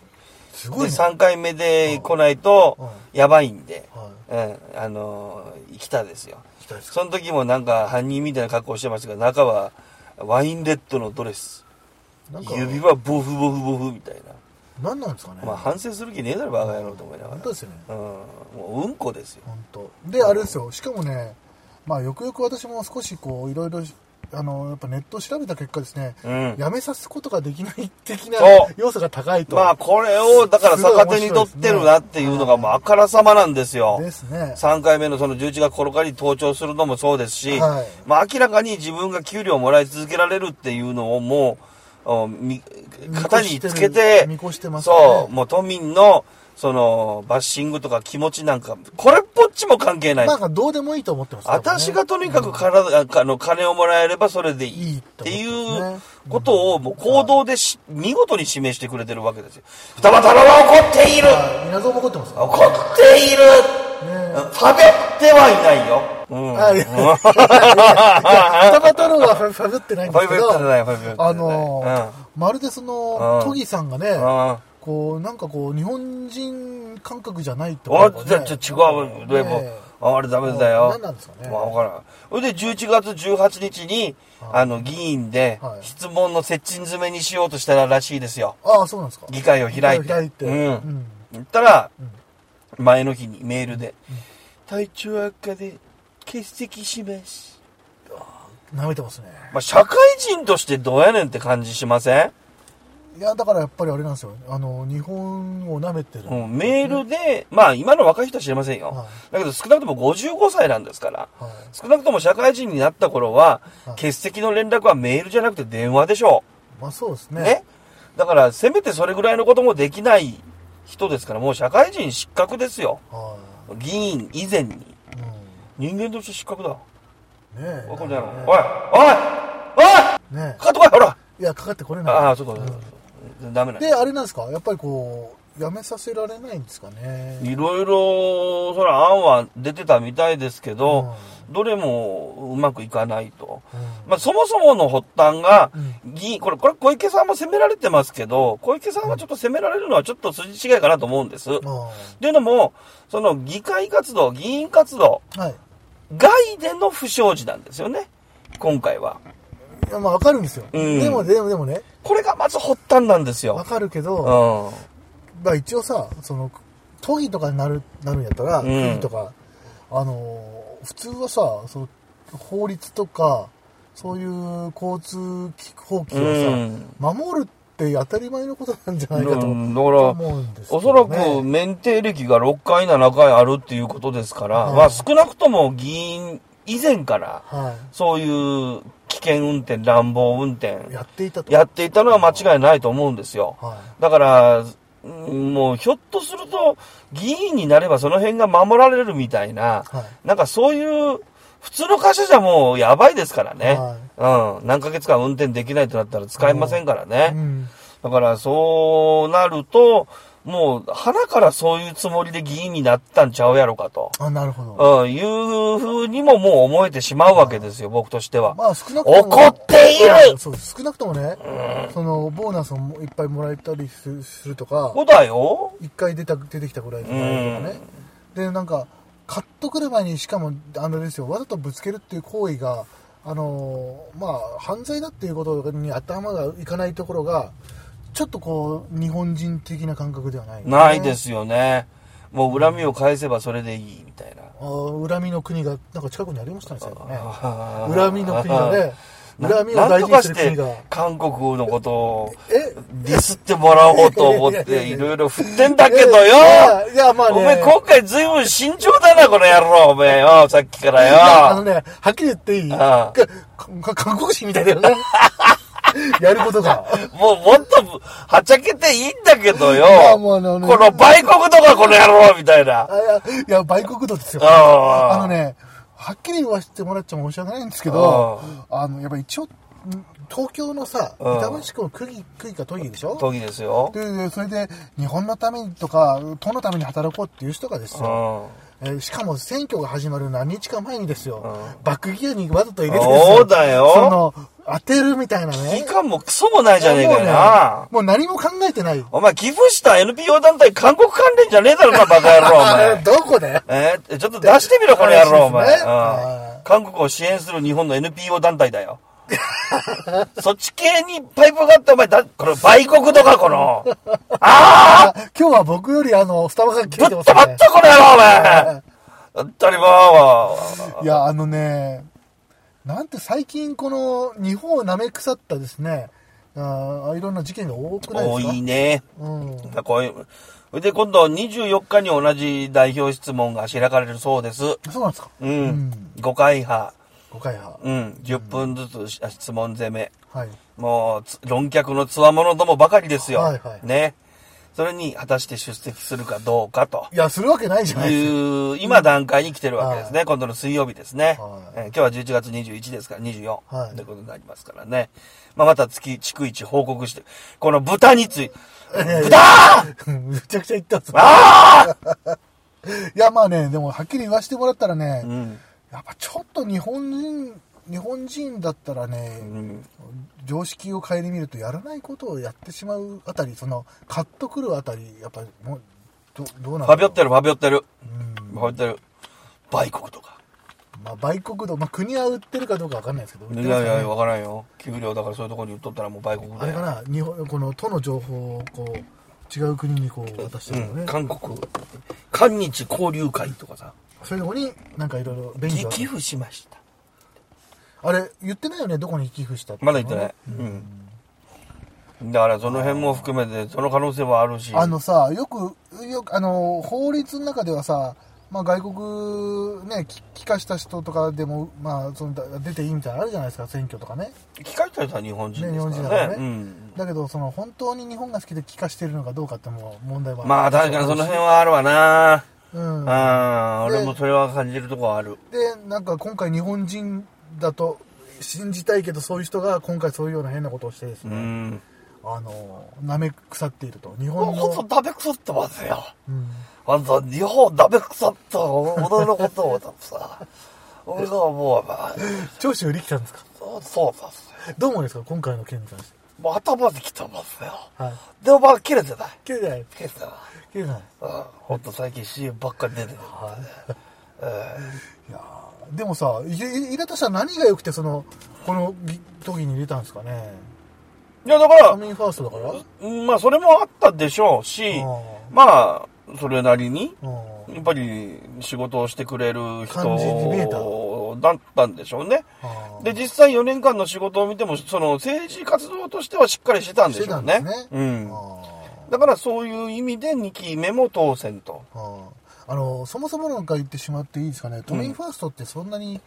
Speaker 2: す
Speaker 1: で、
Speaker 2: ごいね、
Speaker 1: 3回目で来ないと
Speaker 2: うん、
Speaker 1: やばいんで、
Speaker 2: は
Speaker 1: うん、あのー来たですよ。
Speaker 2: い、来たですか
Speaker 1: その時もなんか犯人みたいな格好してましたけど、中はワインレッドのドレス。
Speaker 2: なんか
Speaker 1: 指はボフボフボフみたい
Speaker 2: 何なんですかね、
Speaker 1: な。まあ反省する気ねえだろ、バカ野郎と思いなが
Speaker 2: 本
Speaker 1: ら
Speaker 2: 当。ですよね
Speaker 1: うん、もううんこですよ。
Speaker 2: 本当であれですよしかもねまあよくよく私も少しこういろいろあのやっぱネットを調べた結果ですね、
Speaker 1: うん
Speaker 2: やめさすことができない的な
Speaker 1: そう
Speaker 2: 要素が高いと
Speaker 1: まあこれを、だから逆手に取ってるなっていうのがもうあからさまなんですよ。
Speaker 2: ですね
Speaker 1: 3回目のその11月9日に登庁するのもそうですし、
Speaker 2: はい
Speaker 1: まあ明らかに自分が給料をもらい続けられるっていうのをもう、おみ型につけて、
Speaker 2: 見越してますね
Speaker 1: そう、もう都民の、その、バッシングとか気持ちなんか、これっぽっちも関係ない。
Speaker 2: なんかどうでもいいと思ってます、多分ね
Speaker 1: 私がとにかく体、あの、金をもらえればそれでいい
Speaker 2: い
Speaker 1: っ
Speaker 2: いってて
Speaker 1: いうこ
Speaker 2: ことと
Speaker 1: を、もう行動でし、見事に示してくれてるわけですよ。二葉太郎は怒っている
Speaker 2: うん稲造も怒ってますね
Speaker 1: 怒っている食べてはいないよ。うん。
Speaker 2: はいいや二葉太郎はファファブってないんですけ
Speaker 1: ファブってないファ
Speaker 2: ど
Speaker 1: ブってない
Speaker 2: あのーまるでその
Speaker 1: うん
Speaker 2: 都議さんがね
Speaker 1: うん
Speaker 2: こうなんかこう日本人感覚じゃないってこ
Speaker 1: あ、
Speaker 2: と
Speaker 1: じゃ、
Speaker 2: がね
Speaker 1: じゃ、違う。でも
Speaker 2: ねえ、
Speaker 1: ああれダメだよ。
Speaker 2: 何なんですかね
Speaker 1: まあ、わからん。それで、11月18日に、あの、議員で
Speaker 2: は、い
Speaker 1: 質問の接近詰めにしようとしたらしいですよ。
Speaker 2: ああそうなんですか
Speaker 1: 議会を開いて。
Speaker 2: 議会を開いて
Speaker 1: う
Speaker 2: うんん。
Speaker 1: 言ったら、前の日にメールで、体調悪化で欠席します。
Speaker 2: 舐めてますね
Speaker 1: まあ、社会人としてどうやねんって感じしません
Speaker 2: いやだからやっぱりあれなんですよあの日本を舐めてる
Speaker 1: うん、メールで、まあ今の若い人は知りませんよ。
Speaker 2: は
Speaker 1: だけど少なくとも55歳なんですから、
Speaker 2: はい
Speaker 1: 少なくとも社会人になった頃は、
Speaker 2: はい
Speaker 1: 欠席の連絡はメールじゃなくて電話でしょ
Speaker 2: まあそうです
Speaker 1: う。
Speaker 2: ね
Speaker 1: ね。だからせめてそれぐらいのこともできない人ですから、もう社会人失格ですよ。
Speaker 2: は
Speaker 1: 議員以前に。
Speaker 2: いうん
Speaker 1: 人間として失格だ。
Speaker 2: ねえ
Speaker 1: おい、これじゃないおい、おい、おい
Speaker 2: ね
Speaker 1: かかってこい、ほら
Speaker 2: えいやかかってこれない
Speaker 1: ああ、そうか、そうかそうか。ダメなの
Speaker 2: であれなんですかやっぱりこうやめさせられないんですかね
Speaker 1: いろいろ、そら案は出てたみたいですけど、どれもうまくいかないと。
Speaker 2: うん
Speaker 1: まあ、そもそもの発端が
Speaker 2: う、
Speaker 1: 議員、これ、これ小池さんも責められてますけど、小池さんがちょっと責められるのはちょっと筋違いかなと思うんです。っ
Speaker 2: あ
Speaker 1: ていうのも、その議会活動、議員活動、
Speaker 2: あはい
Speaker 1: 外での不祥事なんですよね。今回は。
Speaker 2: いやまあわかるんですよ、
Speaker 1: うん
Speaker 2: でもでもでもね
Speaker 1: これがまず発端なんです
Speaker 2: わ
Speaker 1: よ。
Speaker 2: かるけ
Speaker 1: う
Speaker 2: ど、
Speaker 1: ん。
Speaker 2: まあ一応さその都議とかになるなるんやったら、
Speaker 1: ん
Speaker 2: 区議とかあのー普通はさその法律とかそういう交通法規
Speaker 1: う
Speaker 2: をさ、
Speaker 1: ん
Speaker 2: 守るって当たり前のことなんじゃ
Speaker 1: だ
Speaker 2: ない
Speaker 1: か
Speaker 2: かと
Speaker 1: ら、
Speaker 2: 思うんですけ
Speaker 1: お
Speaker 2: ど、ね、
Speaker 1: そらく免停歴が6回、7回あるっていうことですから、
Speaker 2: はい
Speaker 1: まあ少なくとも議員以前から、
Speaker 2: は
Speaker 1: そういう危険運転、乱暴運転、
Speaker 2: い、やっていたと
Speaker 1: やっていたのは間違いないと思うんですよ。
Speaker 2: はい
Speaker 1: だから、うんもうひょっとすると、議員になればその辺が守られるみたいな、
Speaker 2: はい
Speaker 1: なんかそういう、普通の会社じゃもうやばいですからね。うん。何ヶ月間運転できないとなったら使えませんからね。
Speaker 2: うん
Speaker 1: だから、そうなると、もう、花からそういうつもりで議員になったんちゃうやろかと、
Speaker 2: あなるほど
Speaker 1: うん、いうふうにももう思えてしまうわけですよ、僕としては。
Speaker 2: まあ少なくとも
Speaker 1: 怒っている
Speaker 2: そう少なくともね、そのボーナスをもいっぱいもらえたりするするとか
Speaker 1: そうだよ。
Speaker 2: 一回出た出てきたぐらいとかね、でなんかカッとくる前にしかもあのですよわざとぶつけるっていう行為があのーまあ犯罪だっていうことに頭がいかないところがちょっとこう日本人的な感覚ではない、
Speaker 1: ないですよね。もう恨みを返せばそれでいい、みたいな。
Speaker 2: あー恨みの国がなんか近くにありましたね最後ね
Speaker 1: あー
Speaker 2: 恨みの国がね恨みを
Speaker 1: なん
Speaker 2: 大
Speaker 1: と
Speaker 2: 事に
Speaker 1: か
Speaker 2: す
Speaker 1: し
Speaker 2: る国
Speaker 1: て
Speaker 2: が
Speaker 1: 韓国のことを
Speaker 2: え
Speaker 1: ディスってもらおうと思っ
Speaker 2: いやいや
Speaker 1: て
Speaker 2: い
Speaker 1: い
Speaker 2: や
Speaker 1: ろいろ振ってんだけど
Speaker 2: い
Speaker 1: よ
Speaker 2: やいやいやまあね
Speaker 1: お前今回随分慎重だな、この野郎、お前よ、さっきから
Speaker 2: いやあの
Speaker 1: よ。
Speaker 2: ね、はっきり言っていい
Speaker 1: ああ
Speaker 2: かか韓国人みたいだよね。 やることが。
Speaker 1: もうもっとはっちゃけていいんだけどよ。
Speaker 2: やも
Speaker 1: こ
Speaker 2: うあのね
Speaker 1: の売国とかこの野郎みたいな
Speaker 2: あ。いや、いや、売国度ですよ。
Speaker 1: あ
Speaker 2: あの
Speaker 1: ね、
Speaker 2: ね、はっきり言わせてもらっちゃ申し訳ないんですけど、あの、やっぱ一応、ん東京のさ、
Speaker 1: うん
Speaker 2: 板橋区の区議、区議か都議でしょ
Speaker 1: 都議ですよ。
Speaker 2: で、それで、日本のためにとか、党のために働こうっていう人がです
Speaker 1: うん。
Speaker 2: よ、
Speaker 1: そ
Speaker 2: えーしかも選挙が始まる何日か前にですよ、
Speaker 1: う
Speaker 2: バックギアにわざと入れてです
Speaker 1: うだ
Speaker 2: そ
Speaker 1: よ。
Speaker 2: の、当てるみたいな
Speaker 1: 危機
Speaker 2: ね。
Speaker 1: 感もクソもないじゃねえかよな。
Speaker 2: もうねもう何も考えてない。
Speaker 1: お前、寄付した NPO 団体韓国関連じゃねえだろな、バカ野郎、お
Speaker 2: あ
Speaker 1: 前。
Speaker 2: どこで
Speaker 1: えーちょっと出してみろ、この野 郎、お前。
Speaker 2: 話ですね
Speaker 1: う
Speaker 2: うん
Speaker 1: ん韓国を支援する日本の NPO 団体だよ。 そっち系にパイプがあって、お前、だ、この売国とか、こ の。ああ
Speaker 2: あ今日は僕よりあの、スタバが切
Speaker 1: ぶ
Speaker 2: れ
Speaker 1: って飛ば
Speaker 2: ますね
Speaker 1: っ。た、この野郎、お前。当たり前は。
Speaker 2: いや、あのね、なんて最近この日本を舐め腐ったですね、あーいろんな事件が多くないで
Speaker 1: 多
Speaker 2: すか
Speaker 1: いね。
Speaker 2: うん。
Speaker 1: まあこういう。それで、今度24日に同じ代表質問が開かれるそうです。
Speaker 2: そうなんですか
Speaker 1: うん。
Speaker 2: ん
Speaker 1: 5回派。
Speaker 2: 誤解派。
Speaker 1: うん。10分ずつし質問攻め。
Speaker 2: はい。
Speaker 1: もうつ、論客のつわものどもばかりですよ。
Speaker 2: はいはい
Speaker 1: ね。それに、果たして出席するかどうかと。
Speaker 2: いや、するわけないじゃないですか。
Speaker 1: いう、今段階に来てるわけですね。今度の水曜日ですね。
Speaker 2: はい
Speaker 1: えー今日は11月21ですから、24。
Speaker 2: はい
Speaker 1: ということになりますからね。まあ、また月、逐一報告して、この豚について、
Speaker 2: うんめちゃくちゃ言ったんですよ
Speaker 1: あ
Speaker 2: いや、まあね、でもはっきり言わせてもらったらね、
Speaker 1: あうん。
Speaker 2: やっぱちょっと日本人、日本人だったらね、
Speaker 1: うん。
Speaker 2: 常識を顧みるとやらないことをやってしまうあたりそのカッとくるあたりやっぱりもうどどうなん
Speaker 1: ファビオって
Speaker 2: る、
Speaker 1: る、ファビオってる。
Speaker 2: う
Speaker 1: ファ
Speaker 2: ん
Speaker 1: ビオってる。売国とか。
Speaker 2: まあ、売国度、まあ、国は売ってるかどうかわかんないですけど売っ
Speaker 1: い
Speaker 2: て
Speaker 1: や
Speaker 2: る
Speaker 1: い
Speaker 2: んですかね
Speaker 1: や、わからんよ。給料だからそういうところに売っとったらもう売国だよ。
Speaker 2: あれかな日本この都の情報をこう違う国にこう渡してるのね、
Speaker 1: うん、韓国、韓日交流会とかさ、
Speaker 2: そういうとこになんかいろいろ便利
Speaker 1: 寄
Speaker 2: だ
Speaker 1: 寄付しました。
Speaker 2: あれ言ってないよねどこに寄付したって
Speaker 1: まだ言ってない。うん。だからその辺も含めて、その可能性はあるし、
Speaker 2: あのさよくよくあの法律の中ではさまあ、外国ね、き帰化した人とかでも、まあ、そのだ出ていいみたいなのあるじゃないですか、選挙とかね。
Speaker 1: 機械体は日本人
Speaker 2: ね、
Speaker 1: で
Speaker 2: 日
Speaker 1: す
Speaker 2: 本
Speaker 1: か
Speaker 2: 人だからら
Speaker 1: ね。
Speaker 2: ね、
Speaker 1: うん。
Speaker 2: だけどその本当に日本が好きで帰化してるのかどうかってもう問題は
Speaker 1: まあ確かにその辺はあるわな。
Speaker 2: うん
Speaker 1: ああ、
Speaker 2: で
Speaker 1: 俺もそれは感じるとこはある。
Speaker 2: でなんか今回日本人だと信じたいけどそういう人が今回そういうような変なことをしてです
Speaker 1: う
Speaker 2: ね、
Speaker 1: ん。
Speaker 2: あの舐め腐っていると日本
Speaker 1: ほんと
Speaker 2: の、
Speaker 1: ダメくそってますよ。
Speaker 2: うん
Speaker 1: あんた、日本ダメくそって、俺のことをだってさ、俺がもう、まあ、
Speaker 2: 長州力さんですか
Speaker 1: そうそうだっすね
Speaker 2: どう思うんですか今回の件に関して
Speaker 1: もう頭で来てますよ。
Speaker 2: はい
Speaker 1: でもまだ切れてない。
Speaker 2: 切れない
Speaker 1: 切れてない。
Speaker 2: 切れない
Speaker 1: うん。ほんと最近 CM ばっかり出てる。
Speaker 2: いやーでもさい入れた人は何が良くてそのこのぎ都議に入れたんですかね
Speaker 1: いや、だか
Speaker 2: 都
Speaker 1: ら、
Speaker 2: 民ファーストだから
Speaker 1: うんまあ、それもあったでしょうし
Speaker 2: う、ん
Speaker 1: まあ、それなりに、
Speaker 2: うん
Speaker 1: やっぱり仕事をしてくれる
Speaker 2: 感じに見えた
Speaker 1: 人だったんでしょうね。
Speaker 2: あー
Speaker 1: で、実際4年間の仕事を見ても、その政治活動としてはしっかりしてたんで
Speaker 2: し
Speaker 1: し
Speaker 2: て
Speaker 1: ょ
Speaker 2: た
Speaker 1: うん
Speaker 2: で
Speaker 1: ね。
Speaker 2: すね
Speaker 1: うん。
Speaker 2: あー
Speaker 1: だからそういう意味で2期目も当選と。
Speaker 2: あああのそもそもなんか言ってしまっていいですかね、都民ファーストってそんなに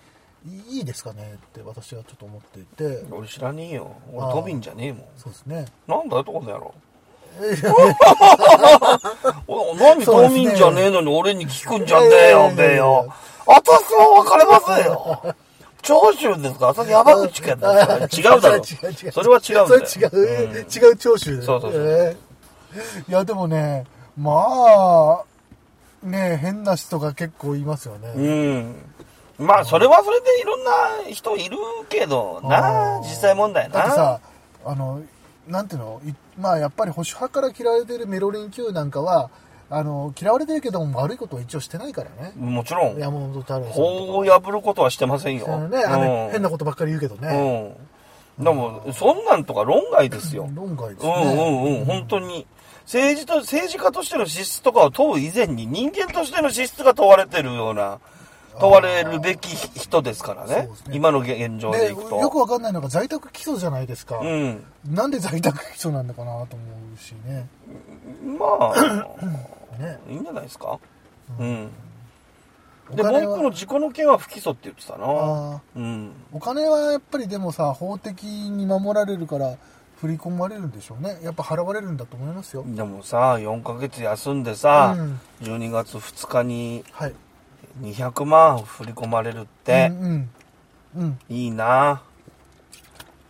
Speaker 2: いいですかねって私はちょっと思っていて、
Speaker 1: 俺知らねえよ。
Speaker 2: あ
Speaker 1: 俺
Speaker 2: あ
Speaker 1: 都民じゃねえもん。
Speaker 2: そうですね、
Speaker 1: なんだよ、とこの 野郎。
Speaker 2: えいや
Speaker 1: お何
Speaker 2: そうで
Speaker 1: 都
Speaker 2: すね
Speaker 1: 民じゃねえのに俺に聞くんじゃねえよ、
Speaker 2: い
Speaker 1: べ
Speaker 2: や
Speaker 1: え
Speaker 2: いやいやいや
Speaker 1: よ。私は分かりませんよ。長州ですか私山口県です から違うだろ。
Speaker 2: それは違う違う
Speaker 1: それは違うんだよ。
Speaker 2: それは違う、
Speaker 1: うん
Speaker 2: 違う聴取で、
Speaker 1: そうそうそう
Speaker 2: ええいや、でもね、まあ、ね、変な人が結構いますよね。
Speaker 1: うん。まあ、それはそれでいろんな人いるけどな
Speaker 2: あ、ー
Speaker 1: 実際問題な。
Speaker 2: だってさあのなんていうのいまあやっぱり保守派から嫌われてるメロリン級なんかはあの嫌われてるけども悪いことは一応してないからね
Speaker 1: もちろん、
Speaker 2: 山本太郎さん
Speaker 1: 法を
Speaker 2: と
Speaker 1: 破ることはしてませんよ。
Speaker 2: かねあの
Speaker 1: うん
Speaker 2: 変なことばっかり言うけどね
Speaker 1: うん。でも、そんなんとか論外ですよ。
Speaker 2: 論外で
Speaker 1: う
Speaker 2: すね
Speaker 1: んうんうん、本当に。政治と、政治家としての資質とかを問う以前に人間としての資質が問われてるような問われるべき人ですから
Speaker 2: そう
Speaker 1: ね
Speaker 2: です。ね
Speaker 1: 今の現状
Speaker 2: で
Speaker 1: でいく
Speaker 2: よ
Speaker 1: と。
Speaker 2: くわかんないのが在宅起訴じゃないですか、
Speaker 1: うん。
Speaker 2: なんで在宅起訴なんだかなと思うしね
Speaker 1: ま あ、
Speaker 2: ね
Speaker 1: いいんじゃないですか。うん。
Speaker 2: お
Speaker 1: で、もう
Speaker 2: 金
Speaker 1: 一個の
Speaker 2: は
Speaker 1: 事故の件は不起訴って言ってたな。
Speaker 2: あー
Speaker 1: うん。
Speaker 2: お金はやっぱりでもさ法的に守られるから振り込まれるんでしょうねやっぱ払われるんだと思いますよ、
Speaker 1: でもさ、4ヶ月休んでさ、
Speaker 2: うん
Speaker 1: 12月2日に
Speaker 2: はい
Speaker 1: 200万振り込まれるって
Speaker 2: う、んうんうん
Speaker 1: いいな。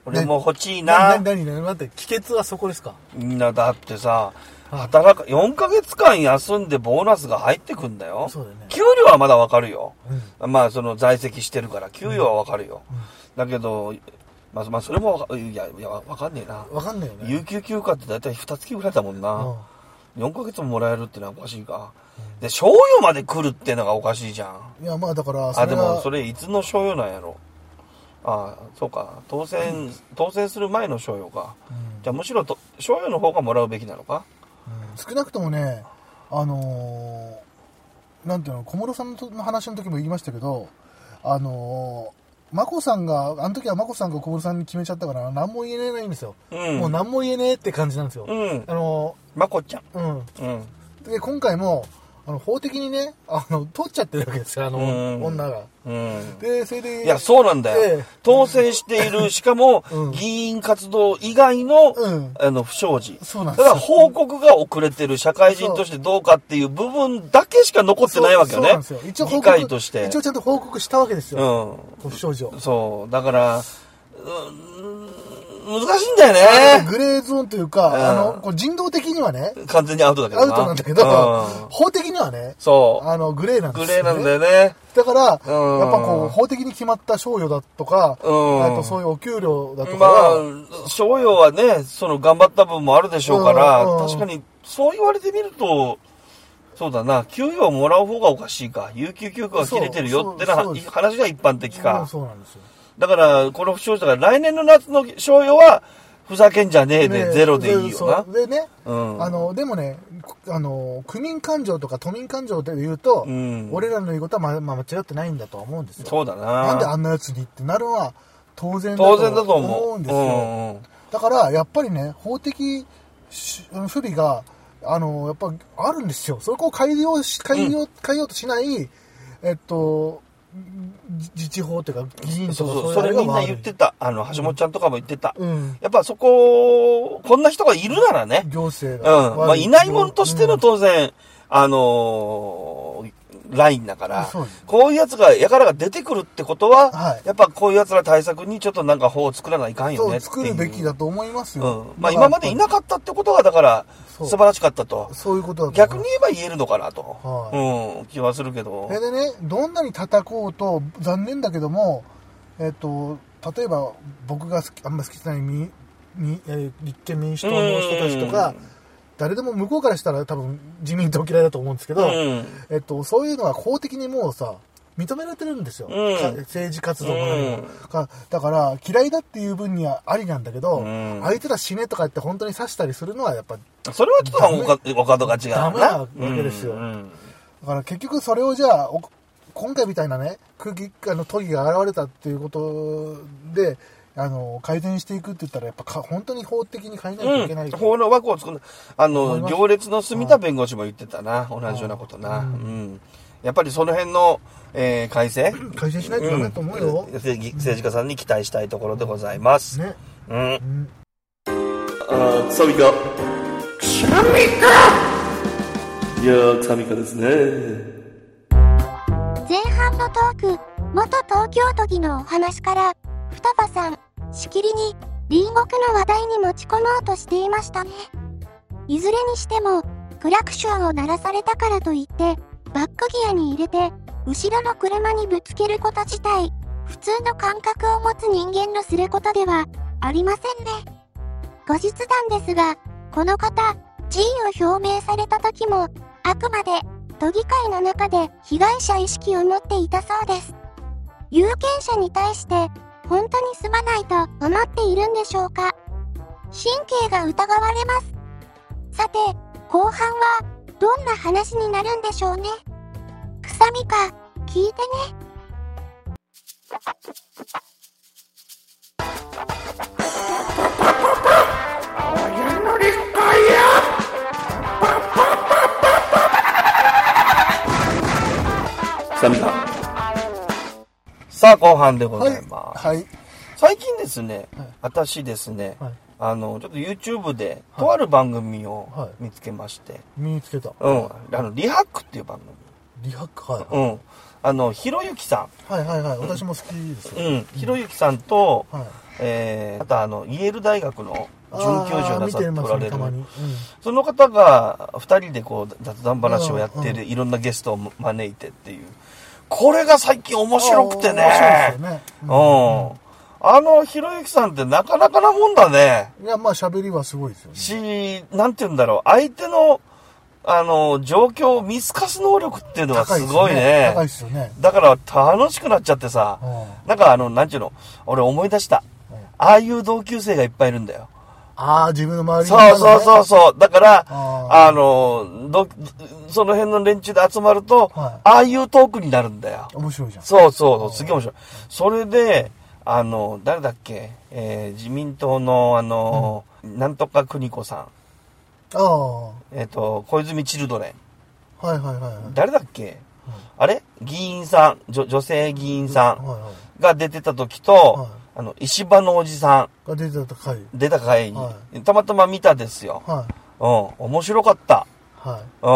Speaker 1: 俺も欲しい
Speaker 2: な
Speaker 1: な。
Speaker 2: なになに待って帰結はそこですか
Speaker 1: みんなだってさ、働か、4ヶ月間休んでボーナスが入ってくんだよ。
Speaker 2: そうだよね
Speaker 1: 給料はまだわかるよ。
Speaker 2: う
Speaker 1: まあ、その在籍してるから、給与はわかるよ。だけど、まあ、まあ、それもわか、いや、いや、わかんねえな。
Speaker 2: わかんないよね
Speaker 1: 有給休暇って大体2月ぐらいだもんな。4ヶ月ももらえるってのはおかしいか。で、賞与まで来るってのがおかしいじゃん。
Speaker 2: うんいやまあだから
Speaker 1: あ、でも、
Speaker 2: は
Speaker 1: それいつの賞与なんやろ。ああ、そうか。当選、当選する前の賞与か。
Speaker 2: うん
Speaker 1: じゃあ、むしろと、賞与の方がもらうべきなのか
Speaker 2: うん少なくともね、あのーなんていうの、小室さんのとの話の時も言いましたけど、あのー、眞子さんが、あの時は眞子さんが小室さんに決めちゃったから、何も言えないんですよ。
Speaker 1: うん
Speaker 2: もう何も言えねえって感じなんですよ。
Speaker 1: うん
Speaker 2: あの
Speaker 1: まこちゃん。
Speaker 2: ーうん。
Speaker 1: うん。
Speaker 2: で、今回も、あの法的にね、あの、取っちゃってるわけですよ、あの、
Speaker 1: うん
Speaker 2: 女が。
Speaker 1: うん。
Speaker 2: で、それで、
Speaker 1: いや、そうなんだよ。
Speaker 2: ええ
Speaker 1: 当選している、しかも
Speaker 2: うん、
Speaker 1: 議員活動以外の、
Speaker 2: うん
Speaker 1: あの、不祥事。
Speaker 2: そうなん
Speaker 1: だ
Speaker 2: で
Speaker 1: か
Speaker 2: すよ
Speaker 1: ら、報告が遅れてる、社会人としてどうかっていう部分だけしか残ってないわけよ
Speaker 2: そう
Speaker 1: ね
Speaker 2: なんですよ。一応。報
Speaker 1: 議
Speaker 2: 告
Speaker 1: 会として
Speaker 2: 一。応ちゃんと報告したわけです
Speaker 1: う
Speaker 2: よ。
Speaker 1: ん。
Speaker 2: うん。不祥事を。
Speaker 1: そう。だから、うん難しいんだよね。
Speaker 2: グレーゾーンというか、
Speaker 1: うん
Speaker 2: あの、こう人道的にはね、
Speaker 1: 完全にアウトだけど
Speaker 2: アウ
Speaker 1: な。
Speaker 2: トなんだけど、
Speaker 1: うん
Speaker 2: 法的にはね、
Speaker 1: そ
Speaker 2: あの、グレーなん
Speaker 1: う。
Speaker 2: で
Speaker 1: グ
Speaker 2: す
Speaker 1: レ
Speaker 2: よ、
Speaker 1: ー
Speaker 2: ね。
Speaker 1: なんだよね。
Speaker 2: だから、やっぱ
Speaker 1: うん
Speaker 2: こう、法的に決まった賞与だとか、
Speaker 1: うん
Speaker 2: あとそういうお給料だとか
Speaker 1: まあ
Speaker 2: は、、
Speaker 1: 商用はね、その頑張った分もあるでしょうから、
Speaker 2: うんうん
Speaker 1: 確かに、そう言われてみると、そうだな、給与をもらう方がおかしいか、有給休暇が切れてるよってな
Speaker 2: そうそうそうです
Speaker 1: 話が一般的
Speaker 2: うん
Speaker 1: か。
Speaker 2: そうなんですよ。
Speaker 1: だから、この不祥事だから、来年の夏の商用は、ふざけんじゃねえで、
Speaker 2: ね
Speaker 1: ゼロでいいよな
Speaker 2: そう。でね、
Speaker 1: うん
Speaker 2: あの、でもね、こあの、区民感情とか都民感情で言うと、
Speaker 1: うん
Speaker 2: 俺らの言うことは、ま、まあ、間違ってないんだとは思うんですよ。
Speaker 1: そうだな。
Speaker 2: なんであんな奴にってなるのは、当然だ
Speaker 1: 当然だと
Speaker 2: と
Speaker 1: 思う。
Speaker 2: 思うんです
Speaker 1: う
Speaker 2: よ。
Speaker 1: んうん
Speaker 2: だから、やっぱりね、法的し不備が、あの、やっぱあるんですよ。そこを改良し、改良、変えようとしない、えっと、じ自治法というか、議員とか
Speaker 1: そうそう、
Speaker 2: い
Speaker 1: それ
Speaker 2: あが
Speaker 1: みんな
Speaker 2: 悪い
Speaker 1: 言ってた。あの、橋本ちゃんとかも言ってた。
Speaker 2: うん。
Speaker 1: やっぱそこ、こんな人がいるならね、
Speaker 2: 行政が悪。
Speaker 1: うん。まあ、いないものとして
Speaker 2: う
Speaker 1: の
Speaker 2: ん
Speaker 1: 当然、あのーラインだから
Speaker 2: そうです、
Speaker 1: こういうやつが、やからが出てくるってことは、
Speaker 2: はい
Speaker 1: やっぱこういうやつら対策にちょっとなんか法を作らないかんよ
Speaker 2: そ
Speaker 1: ね
Speaker 2: う、
Speaker 1: っていう。
Speaker 2: 作るべきだと思います
Speaker 1: う
Speaker 2: よ。
Speaker 1: ん。まあ、今までいなかったってことが、だから、
Speaker 2: そう
Speaker 1: 素晴らしかったと。
Speaker 2: そういうことだと
Speaker 1: 逆
Speaker 2: 思
Speaker 1: に
Speaker 2: い
Speaker 1: 言えば言えるのかなと、
Speaker 2: は
Speaker 1: うん、気はするけど
Speaker 2: そ。れでね、どんなに叩こうと、残念だけども、えっと、例えば僕が好きあんま好きじゃないみみ、えー立憲民主党の人たちとか
Speaker 1: うん、
Speaker 2: 誰でも向こうからしたら多分自民党嫌いだと思うんですけ
Speaker 1: う
Speaker 2: ど、
Speaker 1: ん。
Speaker 2: えっと、そういうのは法的にもうさ、認められてるんですよ。
Speaker 1: うん
Speaker 2: か政治活動も何も
Speaker 1: うん
Speaker 2: かだから、嫌いだっていう分にはありなんだけど、
Speaker 1: うん
Speaker 2: あいつら死ねとか言って本当に刺したりするのはやっぱ、だ
Speaker 1: それはちょっとおか、おかどが違うな。
Speaker 2: ダメなわけですよ
Speaker 1: うんうん
Speaker 2: から結局それをじゃあ、お今回みたいなね、空気、あの、都議が現れたっていうことで、あの、改善していくって言ったら、やっぱか本当に法的に変えないといけない。
Speaker 1: うん、法の枠を作る。あ
Speaker 2: 思い
Speaker 1: の、
Speaker 2: ます
Speaker 1: 行列の住田弁護士も言ってたな。同じようなことな。うん。やっぱりその辺の、えー改正。
Speaker 2: 改正しないとダメだと思うよ。
Speaker 1: ん政治政治家さんに期待したいところでございます。
Speaker 2: ね。
Speaker 1: うん
Speaker 2: う。ん
Speaker 5: あー、くさみか。くさみかいやー、くさみかですね。
Speaker 4: 前半のトーク、元東京都議のお話から、双葉さん、しきりに、隣国の話題に持ち込もうとしていましたね。いずれにしても、クラクションを鳴らされたからといって、バックギアに入れて、後ろの車にぶつけること自体、普通の感覚を持つ人間のすることでは、ありませんね。後日談ですが、この方、辞意を表明された時も、あくまで、都議会の中で被害者意識を持っていたそうです。有権者に対して本当にすまないと思っているんでしょうか神経が疑われます。さて、後半はどんな話になるんでしょうね。臭みか、嫌聞いてね。
Speaker 5: サミカ。
Speaker 1: さあ、後半でご
Speaker 2: は
Speaker 1: ざ
Speaker 2: い
Speaker 1: います。
Speaker 2: はい
Speaker 1: 最近ですね、
Speaker 2: はい
Speaker 1: 私ですね、
Speaker 2: はい
Speaker 1: あの、ちょっと YouTube で、
Speaker 2: はい
Speaker 1: とある番組を
Speaker 2: はい
Speaker 1: 見つけまして、
Speaker 2: 身につけた
Speaker 1: うん、あの、リハックっていう番
Speaker 2: リハックはい、
Speaker 1: 組。うん。あの、ひろゆきさ
Speaker 2: はいはいはい私も好きです
Speaker 1: ん。
Speaker 2: よ、
Speaker 1: うん。ひろゆきさんと、
Speaker 2: はい
Speaker 1: えー、あとあの、イェール大学の准教授をなさって
Speaker 2: あー見
Speaker 1: おら
Speaker 2: てます
Speaker 1: れ
Speaker 2: ね
Speaker 1: る
Speaker 2: た。まに、うん、
Speaker 1: その方が、二人でこう、雑談話をやって
Speaker 2: うんう
Speaker 1: る、いろんなゲストを招いてっていう。これが最近面白くてね。
Speaker 2: あー面白いです
Speaker 1: うん
Speaker 2: よね、
Speaker 1: あの、ひろゆきさんってなかなかなもんだね。
Speaker 2: うん、いやまあ喋りはすごいですよね
Speaker 1: し、なんて言うんだろう。相手の、あの、状況を見透かす能力っていうのはすごいね。
Speaker 2: 高いですよね
Speaker 1: だから楽しくなっちゃってさ。
Speaker 2: 高いっすよね、
Speaker 1: なんかあの、なんていうの、俺思い出した。
Speaker 2: うんうん
Speaker 1: ああいう同級生がいっぱいいるんだよ。
Speaker 2: ああ自分の周り
Speaker 1: そうそうそう
Speaker 2: う
Speaker 1: そう。だから、
Speaker 2: あー
Speaker 1: あの、ど、その辺の連中で集まると、
Speaker 2: はい
Speaker 1: ああいうトークになるんだよ。
Speaker 2: 面白いじゃん
Speaker 1: そうそう、すげえ面白い。それで、あの、誰だっけ、えー自民党の、あの、なんとか邦子さ
Speaker 2: ああは
Speaker 1: ん、えっ、と、小泉チルドレ
Speaker 2: いはいはいはい
Speaker 1: ン、誰だっけ、あれ議員さん女、女性議員さん
Speaker 2: はいはい
Speaker 1: が出てた時と、
Speaker 2: はい
Speaker 1: あの、石破のおじさ
Speaker 2: が出てた回
Speaker 1: ん、出た会議、
Speaker 2: は
Speaker 1: たまたま見たですよ。
Speaker 2: はい
Speaker 1: うん、面白かった。
Speaker 2: はい
Speaker 1: うん。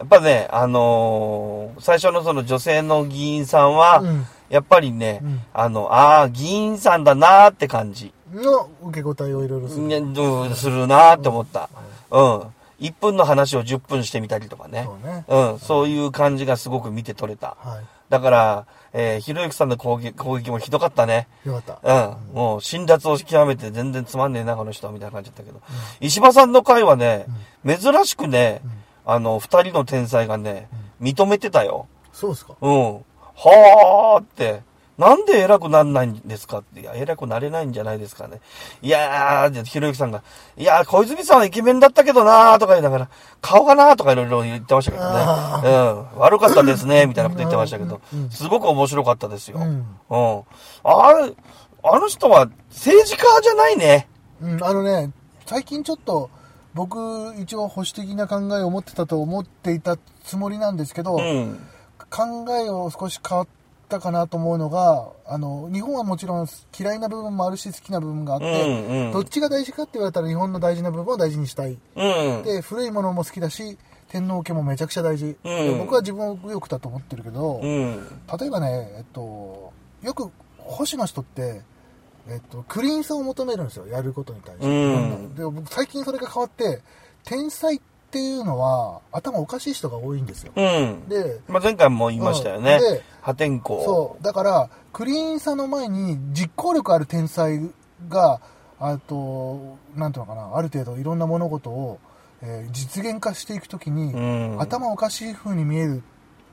Speaker 1: やっぱね、あのー最初のその女性の議員さんは、
Speaker 2: うん
Speaker 1: やっぱりね、
Speaker 2: うん
Speaker 1: あの、ああ、議員さんだなーって感じ、
Speaker 2: の受け答えをいろいろする、
Speaker 1: ね、うんするなーって思った。うん。1分の話を10分してみたりとかね。
Speaker 2: そうね
Speaker 1: うん。そういう感じがすごく見て取れた。
Speaker 2: はい
Speaker 1: だから、えーひろゆきさんの攻撃攻撃もひどかったね。
Speaker 2: よかっ
Speaker 1: う
Speaker 2: た
Speaker 1: ん。もう、辛辣を極めて全然つまんねえな、この人、みたいな感じだったけど。石破さんの回はね、珍しくね、あの、二人の天才がね、認めてたよ。
Speaker 2: そうですか
Speaker 1: うん。はーって。なんで偉くなんないんですかって。いや、偉くなれないんじゃないですかね。いやー、でひろゆきさんが、いやー、小泉さんはイケメンだったけどなーとか言いながら、顔がなーとかいろいろ言ってましたけど
Speaker 2: あ
Speaker 1: ね。うん。悪かったですね、みたいなこと言ってましたけど、すごく面白かったですよ。
Speaker 2: うん
Speaker 1: うん。あれ、あの人は政治家じゃないね。
Speaker 2: うん、あのね、最近ちょっと、僕、一応保守的な考えを持ってたと思っていたつもりなんですけど、
Speaker 1: うん。
Speaker 2: 考えを少し変わったかなと思うのが、あの、日本はもちろん嫌いな部分もあるし、好きな部分があっ
Speaker 1: うん
Speaker 2: て、
Speaker 1: うん
Speaker 2: どっちが大事かって言われたら日本の大事な部分を大事にしたい。
Speaker 1: うん。
Speaker 2: で、古いものも好きだし、天皇家もめちゃくちゃ大事。で
Speaker 1: うん
Speaker 2: 僕は自分を右翼だと思ってるけど、
Speaker 1: うん。
Speaker 2: 例えばね、えっと、よく保守の人って、えっと、クリーンさを求めるんですよ、やることに対して。
Speaker 1: うん
Speaker 2: で僕、最近それが変わって、天才っていうのは、頭おかしい人が多いんですよ。
Speaker 1: うん。
Speaker 2: で、
Speaker 1: まあ、前回も言いましたよね
Speaker 2: うんで。
Speaker 1: 破天荒。
Speaker 2: そう、だから、クリーンさの前に、実行力ある天才が、あと、なんていうのかな、ある程度いろんな物事を、えー実現化していくときに、
Speaker 1: うん
Speaker 2: 頭おかしい風に見える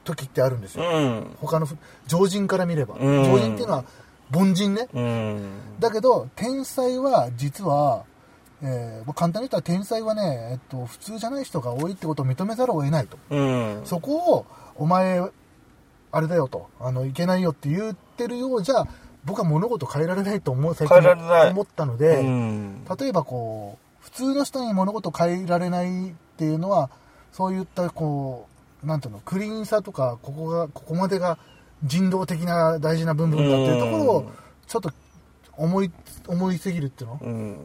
Speaker 2: 時ってあるんですよ。
Speaker 1: うん。
Speaker 2: 他のふ常人から見れば、
Speaker 1: うん
Speaker 2: 常人っていうのは凡人ね、
Speaker 1: うん。
Speaker 2: だけど天才は実は、えーまあ簡単に言ったら天才はね、えっと、普通じゃない人が多いってことを認めざるを得ないと
Speaker 1: うん。
Speaker 2: そこをお前あれだよとあのいけないよって言ってるようじゃ僕は物事変えられないと思う最
Speaker 1: 変えられない
Speaker 2: 思ったので、
Speaker 1: うん。
Speaker 2: 例えばこう普通の人に物事変えられないっていうのはそういったこうなんていうのクリーンさとかここがここまでが人道的な大事な部分だっていうところ
Speaker 1: う
Speaker 2: を
Speaker 1: ん
Speaker 2: ちょっと思い思いすぎるっていうの、
Speaker 1: うん。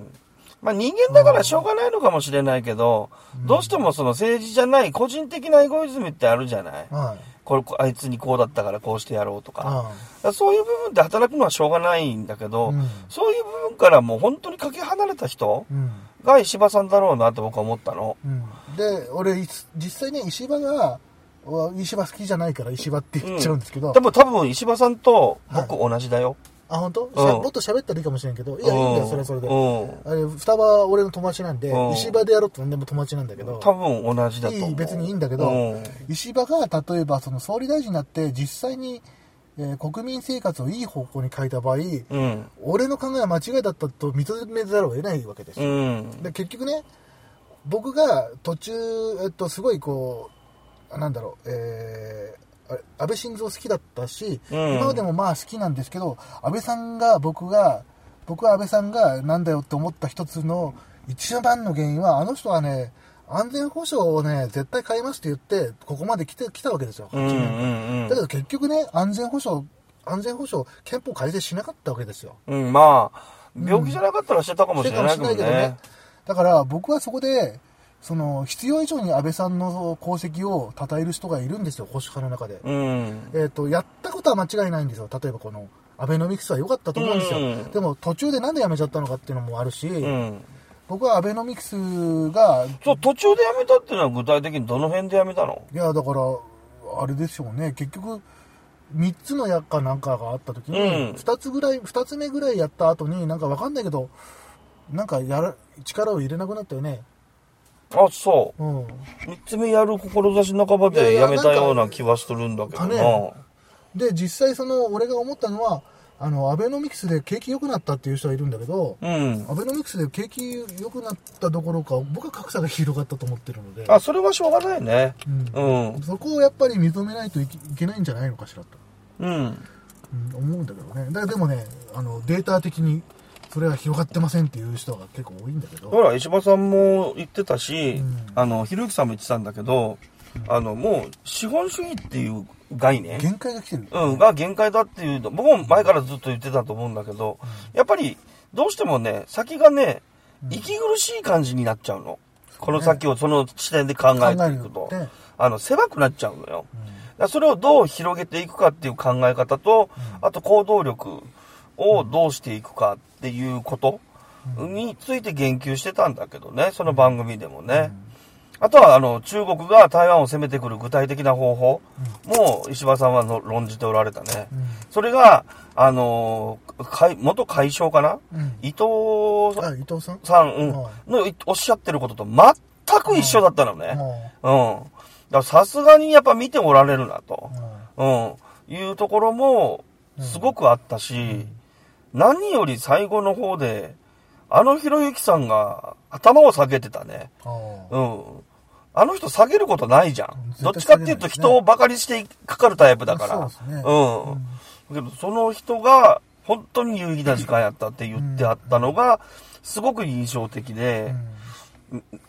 Speaker 1: まあ、人間だからしょうがないのかもしれないけど、どうしてもその政治じゃない個人的なエゴイズムってあるじゃない
Speaker 2: はい
Speaker 1: これ、こあいつにこうだったからこうしてやろうとか。だか
Speaker 2: あ
Speaker 1: らそういう部分で働くのはしょうがないんだけど、
Speaker 2: うん
Speaker 1: そういう部分からもう本当にかけ離れた人
Speaker 2: あうん
Speaker 1: が石破さんだろうなと僕は思ったの。
Speaker 2: うん、で俺いつ実際ね石破がわ石破好きじゃないから石破って言っちゃうんですけど、
Speaker 1: でも多分石破さんと僕同じだよ。
Speaker 2: あ本当、しゃ
Speaker 1: うん
Speaker 2: もっと喋ったらいいかもしれんけどいやいいんだよそれはそれで、
Speaker 1: うん。
Speaker 2: あれ双葉は俺の友達なんで、
Speaker 1: うん
Speaker 2: 石場でやろうと何でも友達なんだけど、
Speaker 1: 多分同じだと思う。
Speaker 2: いい別にいいんだけど、
Speaker 1: うん
Speaker 2: 石破が例えばその総理大臣になって実際に、えー国民生活をいい方向に変えた場合、
Speaker 1: うん。
Speaker 2: 俺の考えは間違いだったと認めざるを得ないわけです
Speaker 1: う
Speaker 2: よ、
Speaker 1: ん。
Speaker 2: で結局ね僕が途中、えっと、すごいこうあなんだろう、えあれ安倍晋三好きだったし、
Speaker 1: うん
Speaker 2: 今までもまあ好きなんですけど安倍さんが僕が僕は安倍さんがなんだよって思った一つの一番の原因はあの人はね安全保障をね絶対変えますって言ってここまで来て来たわけですよ、
Speaker 1: うんうんうん
Speaker 2: だけど結局ね安全保障安全保障憲法改正しなかったわけですよ
Speaker 1: うん、まあ、病気じゃなかったらしてたかもしれないけど
Speaker 2: してたかもしれない
Speaker 1: ね
Speaker 2: け。だから僕はそこでその必要以上に安倍さんの功績を称える人がいるんですよ保守派の中で、
Speaker 1: うん。
Speaker 2: えー、とやったことは間違いないんですよ例えばこのアベノミクスは良かったと思うんですよ、
Speaker 1: うん
Speaker 2: でも途中でなんでやめちゃったのかっていうのもあるし、
Speaker 1: うん。
Speaker 2: 僕はアベノミクスが
Speaker 1: そう、途中でやめたっていうのは具体的にどの辺でやめたの
Speaker 2: いやだからあれでしょうね結局3つのやっかなんかがあった時に、
Speaker 1: うん
Speaker 2: 2つぐらい2つ目ぐらいやった後になんかわかんないけどなんかやら力を入れなくなったよね
Speaker 1: あ、そ
Speaker 2: うん
Speaker 1: う。三つ目やる志半ばでやめたような気はするんだけど
Speaker 2: い
Speaker 1: な
Speaker 2: やいやなん。で実際その俺が思ったのはあのアベノミクスで景気良くなったっていう人はいるんだけど、
Speaker 1: うん
Speaker 2: ア。ベノミクスで景気良くなったどころか僕は格差が広がったと思ってるので
Speaker 1: あ、それはしょうがないね。
Speaker 2: う
Speaker 1: うん。
Speaker 2: そこをやっぱり認めないといけいけないんじゃないのかしらと、
Speaker 1: うん。
Speaker 2: うん思うんだけどねだからでもねあのデータ的にそれは広がってませんっていう人が結構多いんだけど
Speaker 1: ほら、石破さんも言ってたし、
Speaker 2: ん
Speaker 1: あの、ひろゆきさんも言ってたんだけど、あの、もう、資本主義っていう概念。
Speaker 2: 限界が来てる
Speaker 1: うん、が限界だっていうの、僕も前からずっと言ってたと思うんだけど、やっぱりどうしてもね、先がね、息苦しい感じになっちゃうの。この先をその視点で考えていくと
Speaker 2: 考えるって、
Speaker 1: あの、狭くなっちゃうのよ。だからそれをどう広げていくかっていう考え方と、あと行動力をどうしていくかっていうことについて言及してたんだけどね、その番組でもね。あとは、あの、中国が台湾を攻めてくる具体的な方法も、石破さんはの論じておられたね。それが、あのー、かい元会相かな、
Speaker 2: うん
Speaker 1: 伊藤
Speaker 2: あ伊藤さん
Speaker 1: さん、うん
Speaker 2: は
Speaker 1: のいおっしゃってることと全く一緒だったのね。
Speaker 2: も
Speaker 1: うん。だからさすがにやっぱ見ておられるなと
Speaker 2: う、う、ん
Speaker 1: うん、いうところもすごくあったし、何より最後の方で、あのひろゆきさんが頭を下げてたね。
Speaker 2: ああ
Speaker 1: うん。あの人下げることないじゃん。
Speaker 2: 絶
Speaker 1: ど
Speaker 2: 対
Speaker 1: っちかっていうと
Speaker 2: 下げないですね
Speaker 1: 人をバカにしてかかるタイプだから。
Speaker 2: そうですね
Speaker 1: うん。だけどその人が本当に有意義な時間やったって言ってあったのが、すごく印象的で、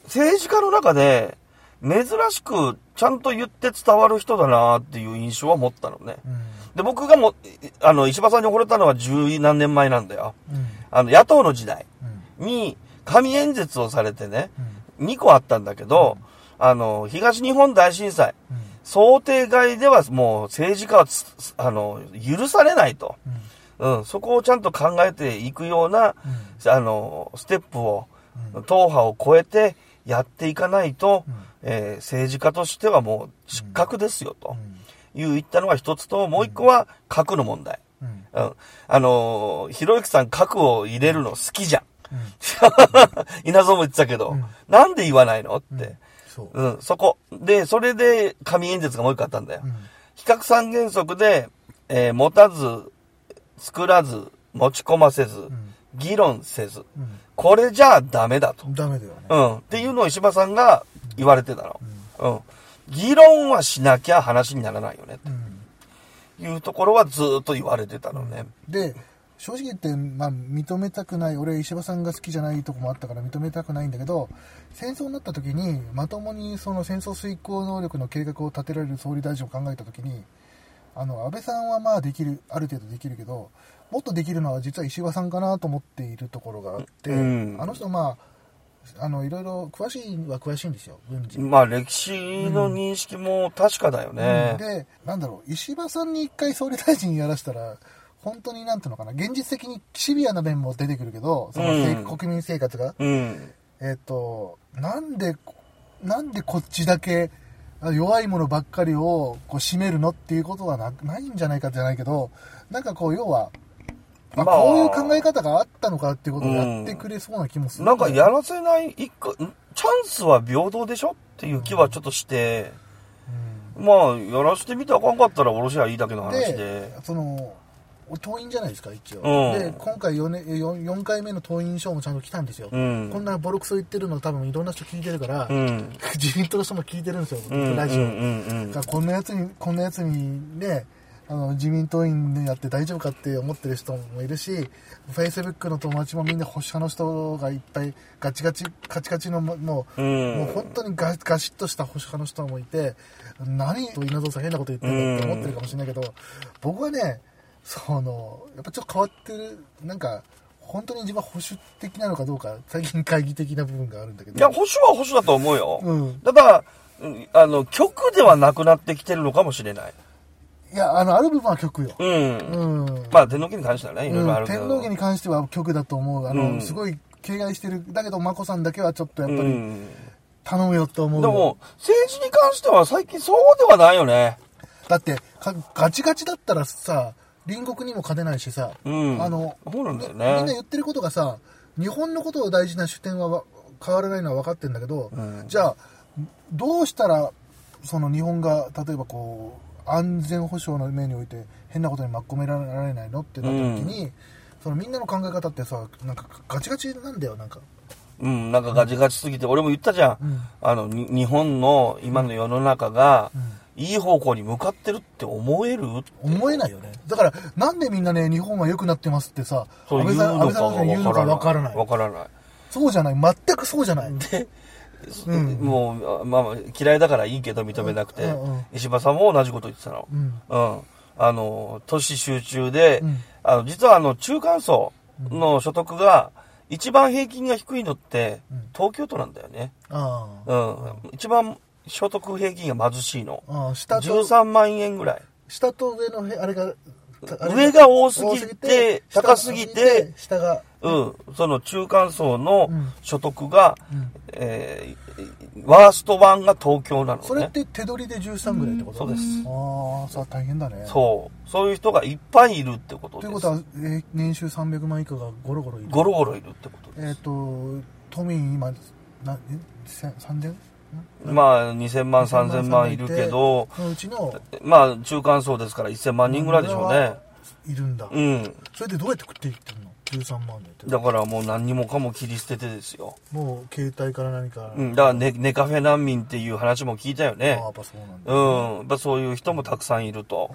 Speaker 1: 政治家の中で珍しくちゃんと言って伝わる人だなっていう印象は持ったのね。
Speaker 2: うん
Speaker 1: で、僕がもう、あの、石破さんに惚れたのは十何年前なんだよ。
Speaker 2: うん
Speaker 1: あの、野党の時代
Speaker 2: うん
Speaker 1: に、神演説をされてね、
Speaker 2: うん
Speaker 1: 2個あったんだけど、あの、東日本大震災、
Speaker 2: うん
Speaker 1: 想定外ではもう政治家はつ、つあの、許されないと。
Speaker 2: うん
Speaker 1: うん、そこをちゃんと考えていくような、あの、ステップを、党派を超えてやっていかないと、
Speaker 2: ん
Speaker 1: えー政治家としてはもう失格ですよ、と
Speaker 2: ん
Speaker 1: いう言ったのが一つと、もう一個は核の問題。
Speaker 2: うん
Speaker 1: うん。あのーひろゆきさん核を入れるの好きじゃん。 稲造も言ってたけど、なんで言わないのって。
Speaker 2: そう
Speaker 1: うん、そこ。で、それで紙演説がもう一個あったんだよ。比較三原則で、えー持たず、作らず、持ち込ませず、議論せず、これじゃあダメだと。
Speaker 2: ダメだよね
Speaker 1: うん。っていうのを石破さんが言われてたの。うん。議論はしなきゃ話にならないよね。というところはずーっと言われてたのね。
Speaker 2: で正直言って、まあ、認めたくない俺石破さんが好きじゃないとこもあったから認めたくないんだけど戦争になった時にまともにその戦争遂行能力の計画を立てられる総理大臣を考えた時にあの安倍さんはまあできるある程度できるけどもっとできるのは実は石破さんかなと思っているところがあって、
Speaker 1: うん
Speaker 2: あの人まああのいろいろ詳しいは詳しいんですよ軍事、
Speaker 1: まあ歴史の認識も確かだよね。
Speaker 2: でなんだろう石破さんに一回総理大臣やらしたら本当になんていうのかな現実的にシビアな面も出てくるけどその、
Speaker 1: うん
Speaker 2: 国民生活が、
Speaker 1: うん。
Speaker 2: えっ、となんでなんでこっちだけあ弱いものばっかりをこう占めるのっていうことはなないんじゃないかじゃないけどなんかこう要は、
Speaker 1: ま
Speaker 2: あ
Speaker 1: あ
Speaker 2: こういう考え方があったのかっていうことをやってくれそうな気もする
Speaker 1: なんか
Speaker 2: だよね
Speaker 1: やらせない、一個、んチャンスは平等でしょっていう気はちょっとして、まあ、やらしてみてあかんかったらおろしゃいいだけの話で。
Speaker 2: その党員じゃないですか一応、
Speaker 1: うん
Speaker 2: で今回 4, 年 4, 4回目の党員証もちゃんと来たんですよ、
Speaker 1: うん
Speaker 2: こんなボロクソ言ってるの多分いろんな人聞いてるから、
Speaker 1: うん
Speaker 2: 自民党の人も聞いてるんですよ、
Speaker 1: うん
Speaker 2: ラジオ、
Speaker 1: うんうんうん
Speaker 2: だからこんなやつにこんなやつにねあの自民党員でやって大丈夫かって思ってる人もいるしフェイスブックの友達もみんな保守派の人がいっぱいガチガチカチカチのももう,、
Speaker 1: うん
Speaker 2: もう本当にガガシッとした保守派の人もいて何と稲造さん変なこと言ってるって思ってるかもしれないけど、僕はねそのやっぱちょっと変わってるなんか本当に自分は保守的なのかどうか最近会議的な部分があるんだけど
Speaker 1: いや、保守は保守だと思うよ。
Speaker 2: うん
Speaker 1: だから、うんあの、極ではなくなってきてるのかもしれない。
Speaker 2: いやあのある部分は極よ、
Speaker 1: うん。
Speaker 2: うん
Speaker 1: まあ、天皇家に関してはね、いろいろあ
Speaker 2: うん、
Speaker 1: るけど。
Speaker 2: 天皇家に関しては極だと思うあの、
Speaker 1: うん
Speaker 2: すごい敬愛してるだけど眞子さんだけはちょっとやっぱ
Speaker 1: う
Speaker 2: り
Speaker 1: ん。
Speaker 2: 頼むよと思う、
Speaker 1: でも、政治に関しては最近そうではないよね。
Speaker 2: だってかガチガチだったらさ隣国にも勝てないしさ、
Speaker 1: うん
Speaker 2: あの
Speaker 1: そうなんだよね
Speaker 2: みみんな言ってることがさ日本のことを大事な主点はわ変わらないのは分かってるんだけど、じゃあどうしたらその日本が例えばこう安全保障の面において変なことに巻き込められないのってなった時に、そのみんなの考え方ってさなんかガチガチなんだよなんか
Speaker 1: うん、なんかガチガチすぎて、俺も言ったじゃん。あの、に日本の今の世の中が、いい方向に向かってるって思える
Speaker 2: 思えないよねだからなんでみんなね日本は良くなってますってさ
Speaker 1: そう
Speaker 2: 安
Speaker 1: いう
Speaker 2: 倍さん安
Speaker 1: の
Speaker 2: 倍
Speaker 1: か
Speaker 2: さんが言うの
Speaker 1: が
Speaker 2: か
Speaker 1: わ
Speaker 2: 分
Speaker 1: か
Speaker 2: からら
Speaker 1: な。
Speaker 2: ないい
Speaker 1: わからない。
Speaker 2: そうじゃない全くそうじゃないうん
Speaker 1: もう、まあまあ、嫌いだからいいけど認めなくて、
Speaker 2: うんうん
Speaker 1: 石破さんも同じこと言ってたの。
Speaker 2: うん
Speaker 1: うん。あの、都市集中で、
Speaker 2: うん
Speaker 1: あの、実はあの、中間層の所得が、一番平均が低いのって、東京都なんだよね。
Speaker 2: ああ
Speaker 1: うん。一番所得平均が貧しいの。
Speaker 2: ああ下と
Speaker 1: 13万円ぐらい。
Speaker 2: 下と上のへあれがたあれ
Speaker 1: 上が多すぎて
Speaker 2: 下
Speaker 1: 高すぎて
Speaker 2: 下が
Speaker 1: うん。その中間層の
Speaker 2: うん
Speaker 1: 所得が、えーワーストワンが東京なのね。
Speaker 2: それって手取りで13ぐらいってこと
Speaker 1: そうです
Speaker 2: ああさあ大変だね
Speaker 1: そう。そういう人がいっぱいいるってことで
Speaker 2: と
Speaker 1: す。
Speaker 2: いうことは、えー年収300万以下がゴロゴロいる
Speaker 1: ゴロゴロいるってことです。
Speaker 2: えっ、と都民今なえ千 3000?
Speaker 1: まあ、2000万、3000万いるけど、
Speaker 2: そのうちの
Speaker 1: まあ、中間層ですから1000万人ぐらいでしょうね。
Speaker 2: いるんだ、
Speaker 1: うん。
Speaker 2: それでどうやって食っていってるの13万でって
Speaker 1: だからもう何にもかも切り捨ててですよ。
Speaker 2: もう携帯から何から、
Speaker 1: うん。だからね、ネカフェ難民っていう話も聞いたよ
Speaker 2: ああ
Speaker 1: ね
Speaker 2: や。っぱそうなんだ、
Speaker 1: うん。やっぱそういう人もたくさんいると。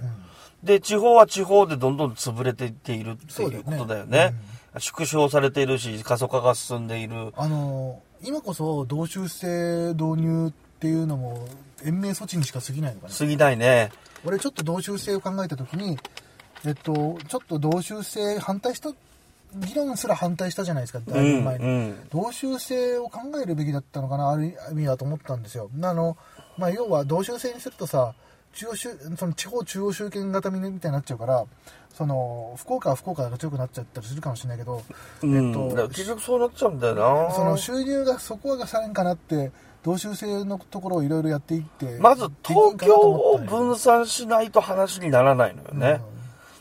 Speaker 1: で、地方は地方でどんどん潰れていっているって
Speaker 2: そうだ
Speaker 1: い
Speaker 2: よ
Speaker 1: う
Speaker 2: ね
Speaker 1: ことだよね。縮小されているし、過疎化が進んでいる。
Speaker 2: あの今こそ同州制導入っていうのも延命措置にしか過ぎないのかな
Speaker 1: 過ぎないね。
Speaker 2: 俺ちょっと同州制を考えた時にえっとちょっと同州制反対した議論すら反対したじゃないですかだいぶ前に、
Speaker 1: うんうん
Speaker 2: 同州制を考えるべきだったのかなある意味はと思ったんですよあの、まあ、要は同州制にするとさ中央集その地方中央集権型みたいになっちゃうからその福岡は福岡が強くなっちゃったりするかもしれないけど、
Speaker 1: うん。
Speaker 2: えっと
Speaker 1: だから結局そうなっちゃうんだよな。
Speaker 2: その収入がそこがされんかなって同州制のところをいろいろやっていって
Speaker 1: まず東京を
Speaker 2: できんかなと思
Speaker 1: 分
Speaker 2: っ
Speaker 1: 散しないと話にならないのよね。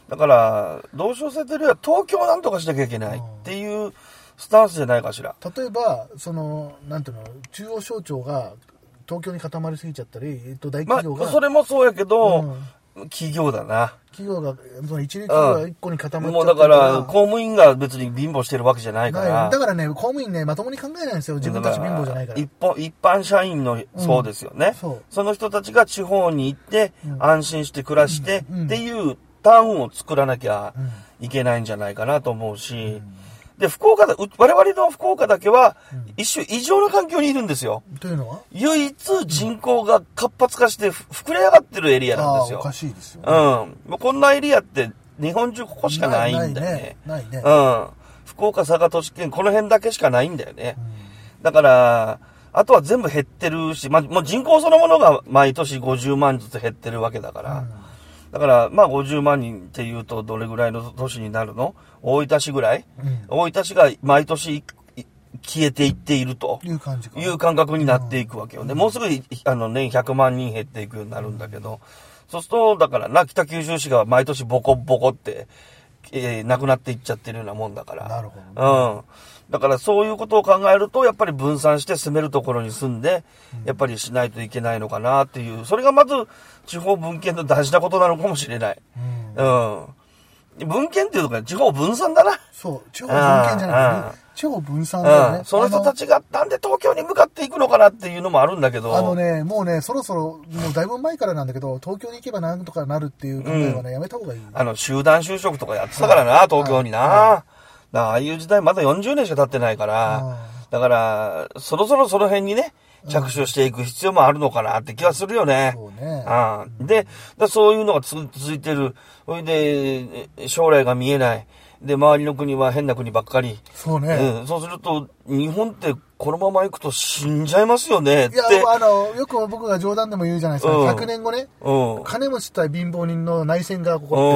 Speaker 1: だから、同省制というよりは東京をなんとかしなきゃいけないっていうスタンスじゃないかしら。
Speaker 2: たのよ例えばそのなんていうの中央省庁が東京に固まりすぎちゃったり、えっと、大
Speaker 1: まあ
Speaker 2: 企業が、、
Speaker 1: それもそうやけど、企業だな。
Speaker 2: 企業がその一流企業が一個に固まっちゃ
Speaker 1: も
Speaker 2: っ
Speaker 1: う
Speaker 2: て
Speaker 1: だ
Speaker 2: る
Speaker 1: から、公務員が別に貧乏してるわけじゃないか
Speaker 2: な
Speaker 1: ら。
Speaker 2: いだからね公務員ねまともに考えないんですよ自分たち貧乏じゃないから
Speaker 1: 一般一般社員のそうですよね、
Speaker 2: そう
Speaker 1: の人たちが地方に行って、安心して暮らして、
Speaker 2: うん
Speaker 1: っていうタウンを作らなきゃいけないんじゃないかなと思うし、で、福岡だ、う我々の福岡だけは、一種異常な環境にいるんですよ。
Speaker 2: というのは
Speaker 1: 唯一人口が活発化してふ膨れ上がってるエリアなん
Speaker 2: あ
Speaker 1: です
Speaker 2: あ
Speaker 1: よ。
Speaker 2: おかしいですよ
Speaker 1: うん。もうこんなエリアって日本中ここしかないんだよね。
Speaker 2: ないないねないね
Speaker 1: うん。福岡、佐賀、都市圏、この辺だけしかないんだよね。だから、あとは全部減ってるし、まあ、もう人口そのものが毎年50万ずつ減ってるわけだから。だから、まあ50万人っていうとどれぐらいの都市になるの大分市ぐらい、大分市が毎年いい消えていっていると。
Speaker 2: いう感じか
Speaker 1: いう感覚になっていくわけよね。もうすぐ、いあの、年100万人減っていくようになるんだけど、そうすると、だからな、北九州市が毎年ボコボコって、えーなくなっていっちゃってるようなもんだから。
Speaker 2: なるほ
Speaker 1: うん。だからそういうことを考えると、やっぱり分散して住めるところに住んで、やっぱりしないといけないのかなっていう、それがまず地方分権の大事なことなのかもしれない。うん。文献っていうのか、地方分散だな。
Speaker 2: そう、地方分権じゃな
Speaker 1: うん
Speaker 2: くて、地方分散だよね。
Speaker 1: うん。その人た
Speaker 2: あ
Speaker 1: ちがなんで東京に向かっていくのかなっていうのもあるんだけど。
Speaker 2: の。あのね、もうね、そろそろ、もうだいぶ前からなんだけど、東京に行けばなんとかなるっていう考えはね、やめた方がいい。
Speaker 1: あの、集団就職とかやってたからな、東京にな。なああいう時代まだ40年しか経ってないから、だから、そろそろその辺にね、着手していく必要もあるのかなって気がするよね。
Speaker 2: そうね
Speaker 1: うんで、だそういうのがつ続いてる。それで、え将来が見えない。で、周りの国は変な国ばっかり。
Speaker 2: そうね。
Speaker 1: うん、そうすると、日本ってこのまま行くと死んじゃいますよねっ
Speaker 2: い
Speaker 1: て。
Speaker 2: や、あの、よく僕が冗談でも言うじゃないですか。
Speaker 1: うん
Speaker 2: 100年後ね、
Speaker 1: うん。
Speaker 2: 金持ちと貧乏人の内戦が起
Speaker 1: う
Speaker 2: こって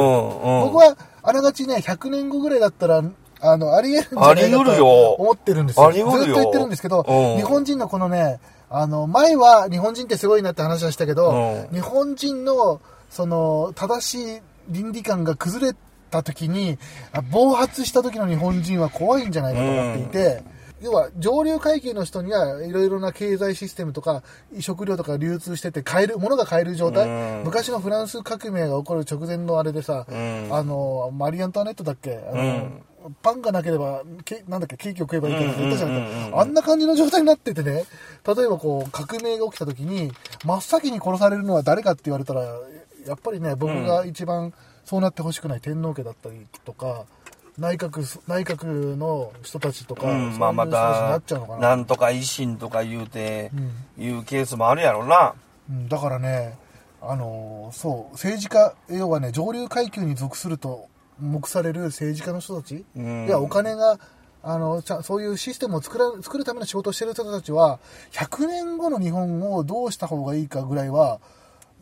Speaker 1: ん
Speaker 2: る。
Speaker 1: うん
Speaker 2: 僕は、あながちね、100年後ぐらいだったら、あの、あり得るんじゃないか
Speaker 1: あり得る
Speaker 2: と
Speaker 1: よ
Speaker 2: 思ってるんですよ。
Speaker 1: あり得るよ
Speaker 2: ずっと言ってるんですけど、
Speaker 1: うん
Speaker 2: 日本人のこのね、あの、前は日本人ってすごいなって話はしたけど、
Speaker 1: うん
Speaker 2: 日本人の、その、正しい倫理観が崩れた時に、あ暴発した時の日本人は怖いんじゃないかと思っていて、要は上流階級の人にはいろいろな経済システムとか食料とか流通してて買えるものが買える状態、
Speaker 1: うん
Speaker 2: 昔のフランス革命が起こる直前のあれでさ、
Speaker 1: ん
Speaker 2: あのマリー・アントワネットだっけあの、パンがなければケなんだっけケーキを食えばいいって言ったじゃないですか、あんな感じの状態になっててね例えばこう革命が起きた時に真っ先に殺されるのは誰かって言われたらやっぱりね僕が一番そうなってほしくない天皇家だったりとか内閣す内閣の人たちとか、
Speaker 1: うん、まあ
Speaker 2: そういう
Speaker 1: ま
Speaker 2: 人たちにな
Speaker 1: た
Speaker 2: っちゃうのか、な
Speaker 1: なんとか維新とか言うて、いうケースもあるやろな。
Speaker 2: うん、だからね、あのーそう、政治家、要はね、上流階級に属すると目される政治家の人たち、
Speaker 1: ん
Speaker 2: いや、お金が、あのちゃそういうシステムを作ら作るための仕事をしてる人たちは、100年後の日本をどうした方がいいかぐらいは、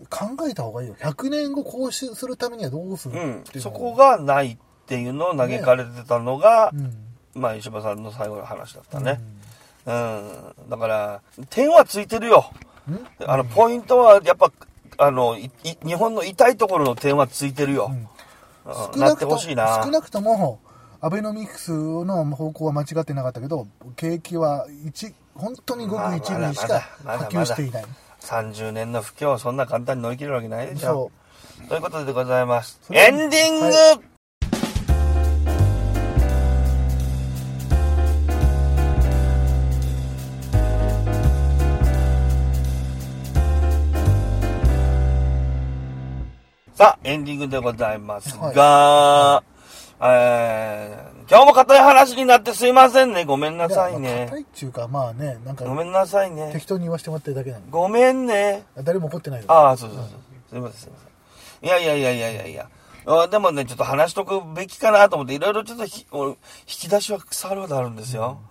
Speaker 2: 考えた方がいいよ。100年後こうしするためにはどうするっていううの
Speaker 1: ん
Speaker 2: を、
Speaker 1: そこがないっていうのを嘆かれてたのが、
Speaker 2: うん
Speaker 1: まあ、石破さんの最後の話だったね。うん。だから、点はついてるよ。あの、ポイントは、やっぱ、あの、いい日本の痛いところの点はついてるよ。うん
Speaker 2: 少
Speaker 1: な
Speaker 2: な
Speaker 1: って
Speaker 2: く
Speaker 1: ほ
Speaker 2: と
Speaker 1: しいな。
Speaker 2: 少なくともアベノミクスの方向は間違ってなかったけど景気は一本当にごく一部にしか
Speaker 1: まだまだまだ
Speaker 2: 波及していない、
Speaker 1: 30年の不況をそんな簡単に乗り切れるわけないでしょ
Speaker 2: そ。
Speaker 1: ということでございます。
Speaker 2: それ
Speaker 1: エンディング、
Speaker 2: は
Speaker 1: さあ、エンディングでございますが、えー今日も硬い話になってすいませんね。ごめんなさい
Speaker 2: いや
Speaker 1: ね
Speaker 2: 硬。いっていうかまあねなんか
Speaker 1: ごめんなさいね。
Speaker 2: 適当に言わせてもらってるだけなの
Speaker 1: ごめんね。
Speaker 2: 誰も怒ってないよ
Speaker 1: ああ、そうそうそう。すいません、すいません。いやいやいやいやいやいや。あでもね、ちょっと話しとくべきかなと思って、いろいろちょっとひお引き出しは腐るほどあるんですよ。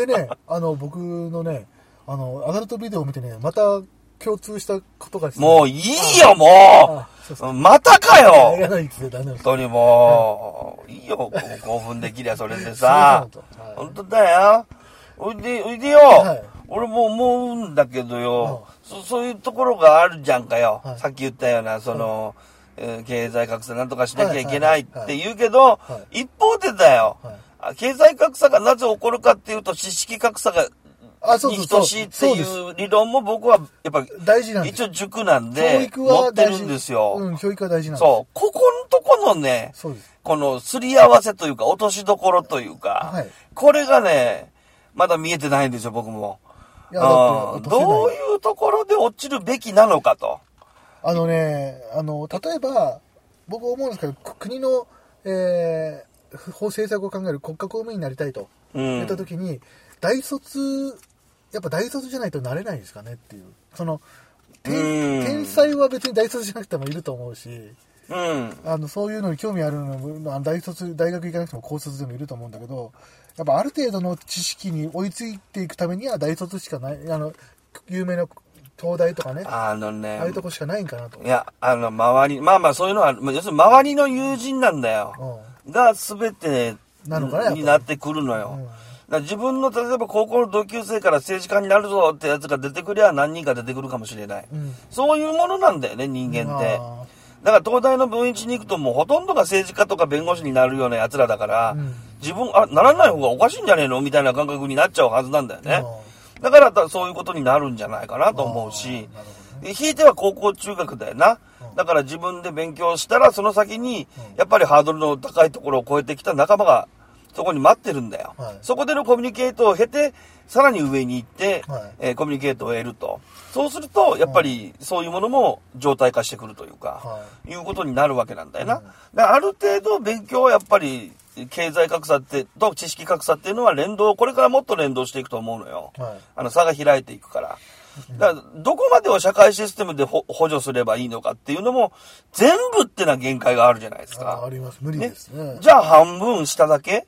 Speaker 2: でねあの僕のねあのアダルトビデオを見てねまた共通したことが
Speaker 1: もういいよ、も
Speaker 2: あそう
Speaker 1: うまたか
Speaker 2: あい
Speaker 1: よ
Speaker 2: やいつでダメです
Speaker 1: 本当にもう、いいよ、こう興奮できりゃそれでさ
Speaker 2: そうそうはい。
Speaker 1: 本当だよ。おいで、おいでよ
Speaker 2: はい。
Speaker 1: 俺も思うんだけどよ。そそういうところがあるじゃんかよ
Speaker 2: は。い
Speaker 1: さっき言ったような、その、えー経済格差なんとかしなきゃいけないっ
Speaker 2: はいはいはいは
Speaker 1: て
Speaker 2: い
Speaker 1: 言うけど
Speaker 2: は、
Speaker 1: 一方でだよ
Speaker 2: はい。
Speaker 1: あ経済格差がなぜ起こるかっていうと、知識格差が、
Speaker 2: あそうそ
Speaker 1: に
Speaker 2: うそう
Speaker 1: 等しいっていう理論も僕は、やっぱ、
Speaker 2: 大事なんです
Speaker 1: 一応塾なん
Speaker 2: 教
Speaker 1: で、
Speaker 2: 育
Speaker 1: 持
Speaker 2: は
Speaker 1: って
Speaker 2: 大
Speaker 1: る
Speaker 2: 事
Speaker 1: んですよ。
Speaker 2: うん教育は大事なんです
Speaker 1: そう。ここのとこのね、
Speaker 2: そうです
Speaker 1: このすり合わせというか、落としどころというか、
Speaker 2: はい
Speaker 1: これがね、まだ見えてないんですよ、僕も。
Speaker 2: いやだっ
Speaker 1: うん
Speaker 2: て落とせない
Speaker 1: どういうところで落ちるべきなのかと。
Speaker 2: あのね、あの、例えば、僕思うんですけど、く国の、えー、法政策を考える国家公務員になりたいと
Speaker 1: うん
Speaker 2: 言った時に、大卒、やっぱ大卒じゃないとなれないですかねっていう。その、
Speaker 1: うん
Speaker 2: 天天才は別に大卒じゃなくてもいると思うし、
Speaker 1: うん。
Speaker 2: あの、そういうのに興味あるのも、あの大卒、大学行かなくても高卒でもいると思うんだけど、やっぱある程度の知識に追いついていくためには大卒しかない、あの、有名な東大とかね、あ
Speaker 1: あのね
Speaker 2: あいう、とこしかないんかなと。
Speaker 1: いや、あの、周り、まあまあそういうのは、まあ要するに周りの友人なんだよ。が全て
Speaker 2: なのかなやっぱり
Speaker 1: になってくるのよ。
Speaker 2: うん
Speaker 1: だから自分の、例えば高校の同級生から政治家になるぞってやつが出てくりゃ何人か出てくるかもしれない。
Speaker 2: ん
Speaker 1: そういうものなんだよね、人間って。
Speaker 2: まあ
Speaker 1: だから東大の分一に行くともうほとんどが政治家とか弁護士になるような奴らだから、自分、あ、ならない方がおかしいんじゃねえのみたいな感覚になっちゃうはずなんだよね。だからだそういうことになるんじゃないかなと思うし、でひいては高校中学だよな。だから自分で勉強したら、その先に、やっぱりハードルの高いところを超えてきた仲間が、そこに待ってるんだよ、
Speaker 2: はい
Speaker 1: そこでのコミュニケートを経て、さらに上に行って、
Speaker 2: はい
Speaker 1: えーコミュニケートを得ると。そうすると、やっぱりそういうものも状態化してくるというか、、
Speaker 2: はい
Speaker 1: うことになるわけなんだよな。だからある程度勉強はやっぱり、経済格差って、と知識格差っていうのは連動、これからもっと連動していくと思うのよ。
Speaker 2: はい
Speaker 1: あの差が開いていくから。だから、どこまでを社会システムでほ補助すればいいのかっていうのも、全部ってのは限界があるじゃないですか。
Speaker 2: ああります無理ですね
Speaker 1: じゃあ半分下だけ、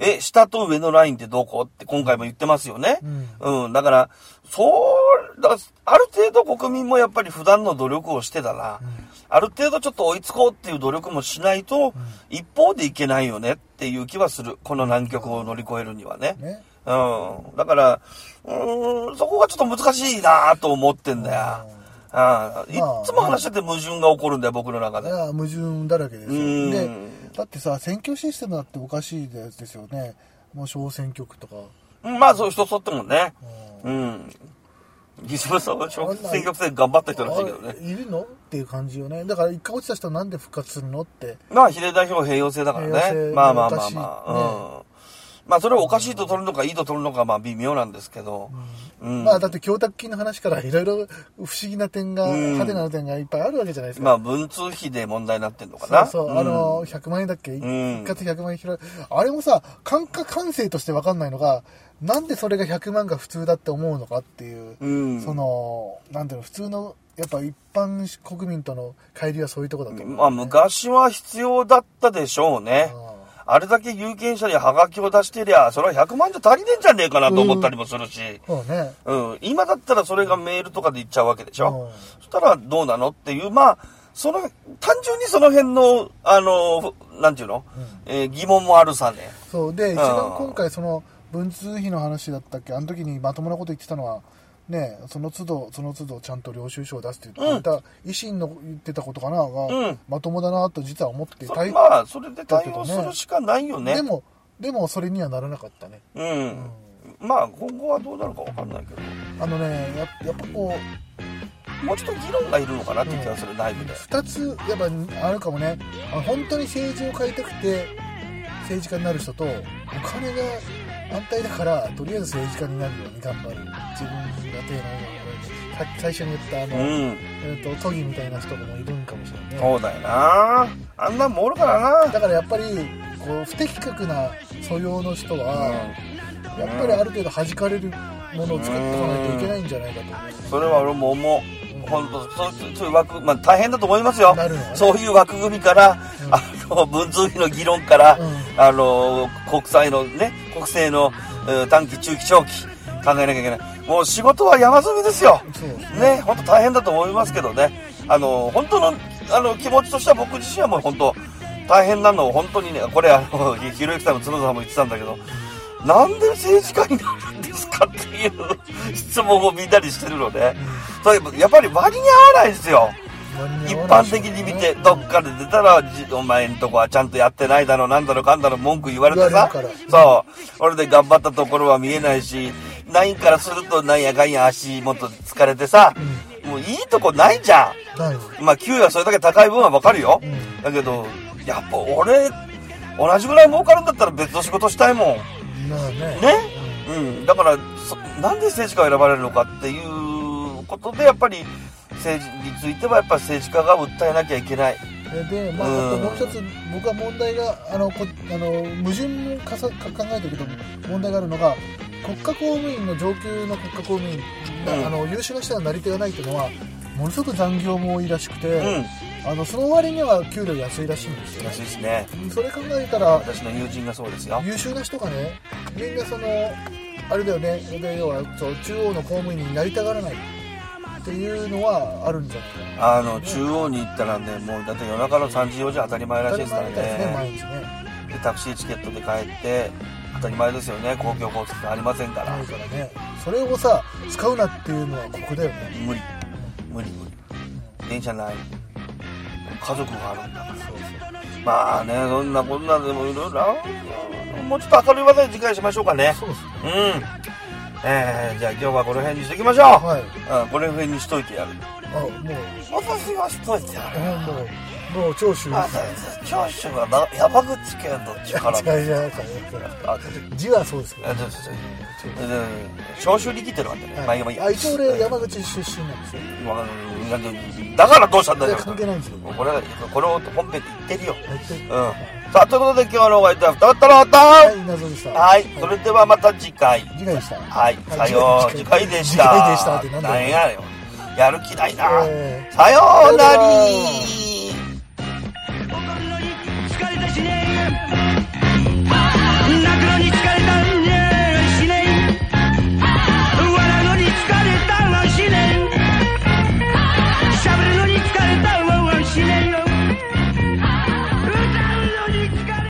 Speaker 1: え、下と上のラインってどこって今回も言ってますよね。うん。だから、そう、だからある程度国民もやっぱり普段の努力をしてだな、ある程度ちょっと追いつこうっていう努力もしないと、一方でいけないよねっていう気はする。この難局を乗り越えるにはね。
Speaker 2: ね
Speaker 1: うん。だから、うーん、そこがちょっと難しいなと思ってんだよ。ああ、いっつも話してて矛盾が起こるんだよ、僕の中
Speaker 2: い
Speaker 1: で。
Speaker 2: や矛盾だらけです
Speaker 1: う
Speaker 2: よ
Speaker 1: ん
Speaker 2: でだってさ選挙システムだっておかしいですよねもう小選挙区とか
Speaker 1: うんまあ、そう人そってもね。うん。ギスムさんは選挙区で頑張った人らしいけどね。
Speaker 2: あいるのっていう感じよねだから一回落ちた人はなんで復活するのって
Speaker 1: まあ、比例代表併用制だから
Speaker 2: 併用
Speaker 1: ね。
Speaker 2: 制
Speaker 1: まあまあまあま
Speaker 2: がおかしい
Speaker 1: あ。うん。まあ、それをおかしいと取るのか、いいと取るのか、まあ、微妙なんですけど。うん。
Speaker 2: まあだって供託金の話からいろいろ不思議な点が、
Speaker 1: うん
Speaker 2: 派手な点がいっぱいあるわけじゃないです
Speaker 1: ま
Speaker 2: か。
Speaker 1: あ、文通費で問題になってんのか
Speaker 2: ま
Speaker 1: な。
Speaker 2: あ、そうそう、あの、100万円だっけ、
Speaker 1: ん
Speaker 2: 一括100万円拾う。あれもさ、感覚感性として分かんないのが、なんでそれが100万が普通だって思うのかっていう、
Speaker 1: うん
Speaker 2: その、なんていうの、普通の、やっぱ一般国民との乖離はそういうとこだと思う、
Speaker 1: まあ、昔は必要だったでしょうね。あれだけ有権者にハガキを出してりゃ、それは100万じゃ足りねえんじゃねえかなと思ったりもするし。
Speaker 2: そうね。
Speaker 1: うん、今だったらそれがメールとかで言っちゃうわけでしょ、
Speaker 2: う
Speaker 1: そしたらどうなのっていうまあその単純にその辺のあのふなんていうの、えー疑問もあるさね
Speaker 2: そうで、一
Speaker 1: うん
Speaker 2: 番今回その文通費の話だったっけあの時にまともなこと言ってたのはねその都度その都度ちゃんと領収書を出すって言ってた、維新の言ってたことかなが、
Speaker 1: うん
Speaker 2: まともだなと実は思って
Speaker 1: そ
Speaker 2: たい、
Speaker 1: まあそれで対
Speaker 2: だけど
Speaker 1: 応
Speaker 2: ね
Speaker 1: するしかないよね
Speaker 2: でもでもそれにはならなかったね
Speaker 1: うん、まあ今後はどうなるかわかんないけど
Speaker 2: あのねやっやっぱこ
Speaker 1: もうちょっと議論がいるのかなっていう気がする、内部で
Speaker 2: う2つやっぱあるかもねあの本当に政治を変えたくて政治家になる人とお金が安泰だからとりあえず政治家になるように頑張る自分が手のさ最初に言ったあの、
Speaker 1: うん
Speaker 2: えー、と都議みたいな人もいるんかもしれないね
Speaker 1: そうだよなあんなんもおるからな
Speaker 2: だからやっぱりこう不適格な素養の人は、やっぱりある程度弾かれるものを作っていかないといけないんじゃないかと思
Speaker 1: それは俺も思う。本当そうそういう枠、まあ大変だと思いますよ
Speaker 2: なるよね。
Speaker 1: そういう枠組みから、あの、文通費の議論から、
Speaker 2: うん
Speaker 1: あの、国債のね、国政の、えー短期、中期、長期、考えなきゃいけない。もう仕事は山積みですよ。
Speaker 2: そうです
Speaker 1: ね、本当大変だと思いますけどね。あの、本当の、あの、気持ちとしては僕自身はもう本当、大変なのを本当にね、これあの、ひろゆきさんも角田さんも言ってたんだけど、なんで政治家になるんですかっていう質問をみんなにしてるので、それやっぱり割に合わないんですよ。一般的に見て、どっかで出たら、じお前んとこはちゃんとやってないだろ、なんだろ、かんだろ、文句言われて
Speaker 2: 言わ
Speaker 1: さ
Speaker 2: れる、
Speaker 1: そう、俺で頑張ったところは見えないし、ないからすると、なんやかんや足元疲れてさ、もういいとこないじゃ
Speaker 2: ないよ
Speaker 1: ん。まあ、給与はそれだけ高い分はわかるよ。
Speaker 2: ん
Speaker 1: だけど、やっぱ俺、同じぐらい儲かるんだったら別の仕事したいもん。
Speaker 2: まあね
Speaker 1: ね、うん、だからそなんで政治家が選ばれるのかっていうことでやっぱり政治についてはやっぱり政治家が訴えなきゃいけない
Speaker 2: で、ま
Speaker 1: うん
Speaker 2: あ、あともう一つ僕は問題があのこあの矛盾もかさか考えてるけど問題があるのが国家公務員の上級の国家公務員、な
Speaker 1: うん
Speaker 2: あの優秀な人はなり手がないっていうのはものすごく残業も多いらしくて、
Speaker 1: ん
Speaker 2: あのその割には給料安いらしいんですよね
Speaker 1: らしいですね
Speaker 2: それ考えたら
Speaker 1: 私の友人がそうですよ
Speaker 2: 優秀な人がねみんなそのあれだよねで要はそう中央の公務員になりたがらないっていうのはあるんじゃないかな
Speaker 1: あの中央に行ったらねもうだって夜中の3時4時当たり前らしいですから
Speaker 2: みたいですね毎
Speaker 1: ね
Speaker 2: 日ね
Speaker 1: でタクシーチケットで帰って当たり前ですよね公共交通がありませんから
Speaker 2: ないからねそれをさ使うなっていうのはここだよね
Speaker 1: 無理無理無理電車ない家族があるんだからまあねそんなこんなでもいろいろあるもうちょっと明るい話題に次回しましょうかね
Speaker 2: そうですね
Speaker 1: うんえー、じゃあ今日はこの辺にしときましょう、
Speaker 2: はい
Speaker 1: うん、この辺にしといてやる
Speaker 2: あもう
Speaker 1: 私はしといてやる
Speaker 2: あもうもう長州
Speaker 1: あ長州がな山口県の力
Speaker 2: 違う違う違う
Speaker 1: あ
Speaker 2: 字はそうですけど
Speaker 1: あちょっとちょっとうん長州力ってるわけね、まあいいやまあいいや
Speaker 2: あ一応俺山口出身なんですよ
Speaker 1: まあなんでだからどうしたんだ
Speaker 2: い
Speaker 1: よ
Speaker 2: や関係ないんですけど
Speaker 1: これはこれを本編で言ってるよ
Speaker 2: は
Speaker 1: う
Speaker 2: い
Speaker 1: んさあということで今日のお相手は二ったらった
Speaker 2: はい謎でした
Speaker 1: はい、それではまた次回
Speaker 2: 次回でした
Speaker 1: はい、さよう、次回でした。
Speaker 2: 次回でしたってなんだ
Speaker 1: なんやよ。やる気ないな
Speaker 2: え。
Speaker 1: さような
Speaker 2: さよ
Speaker 1: り。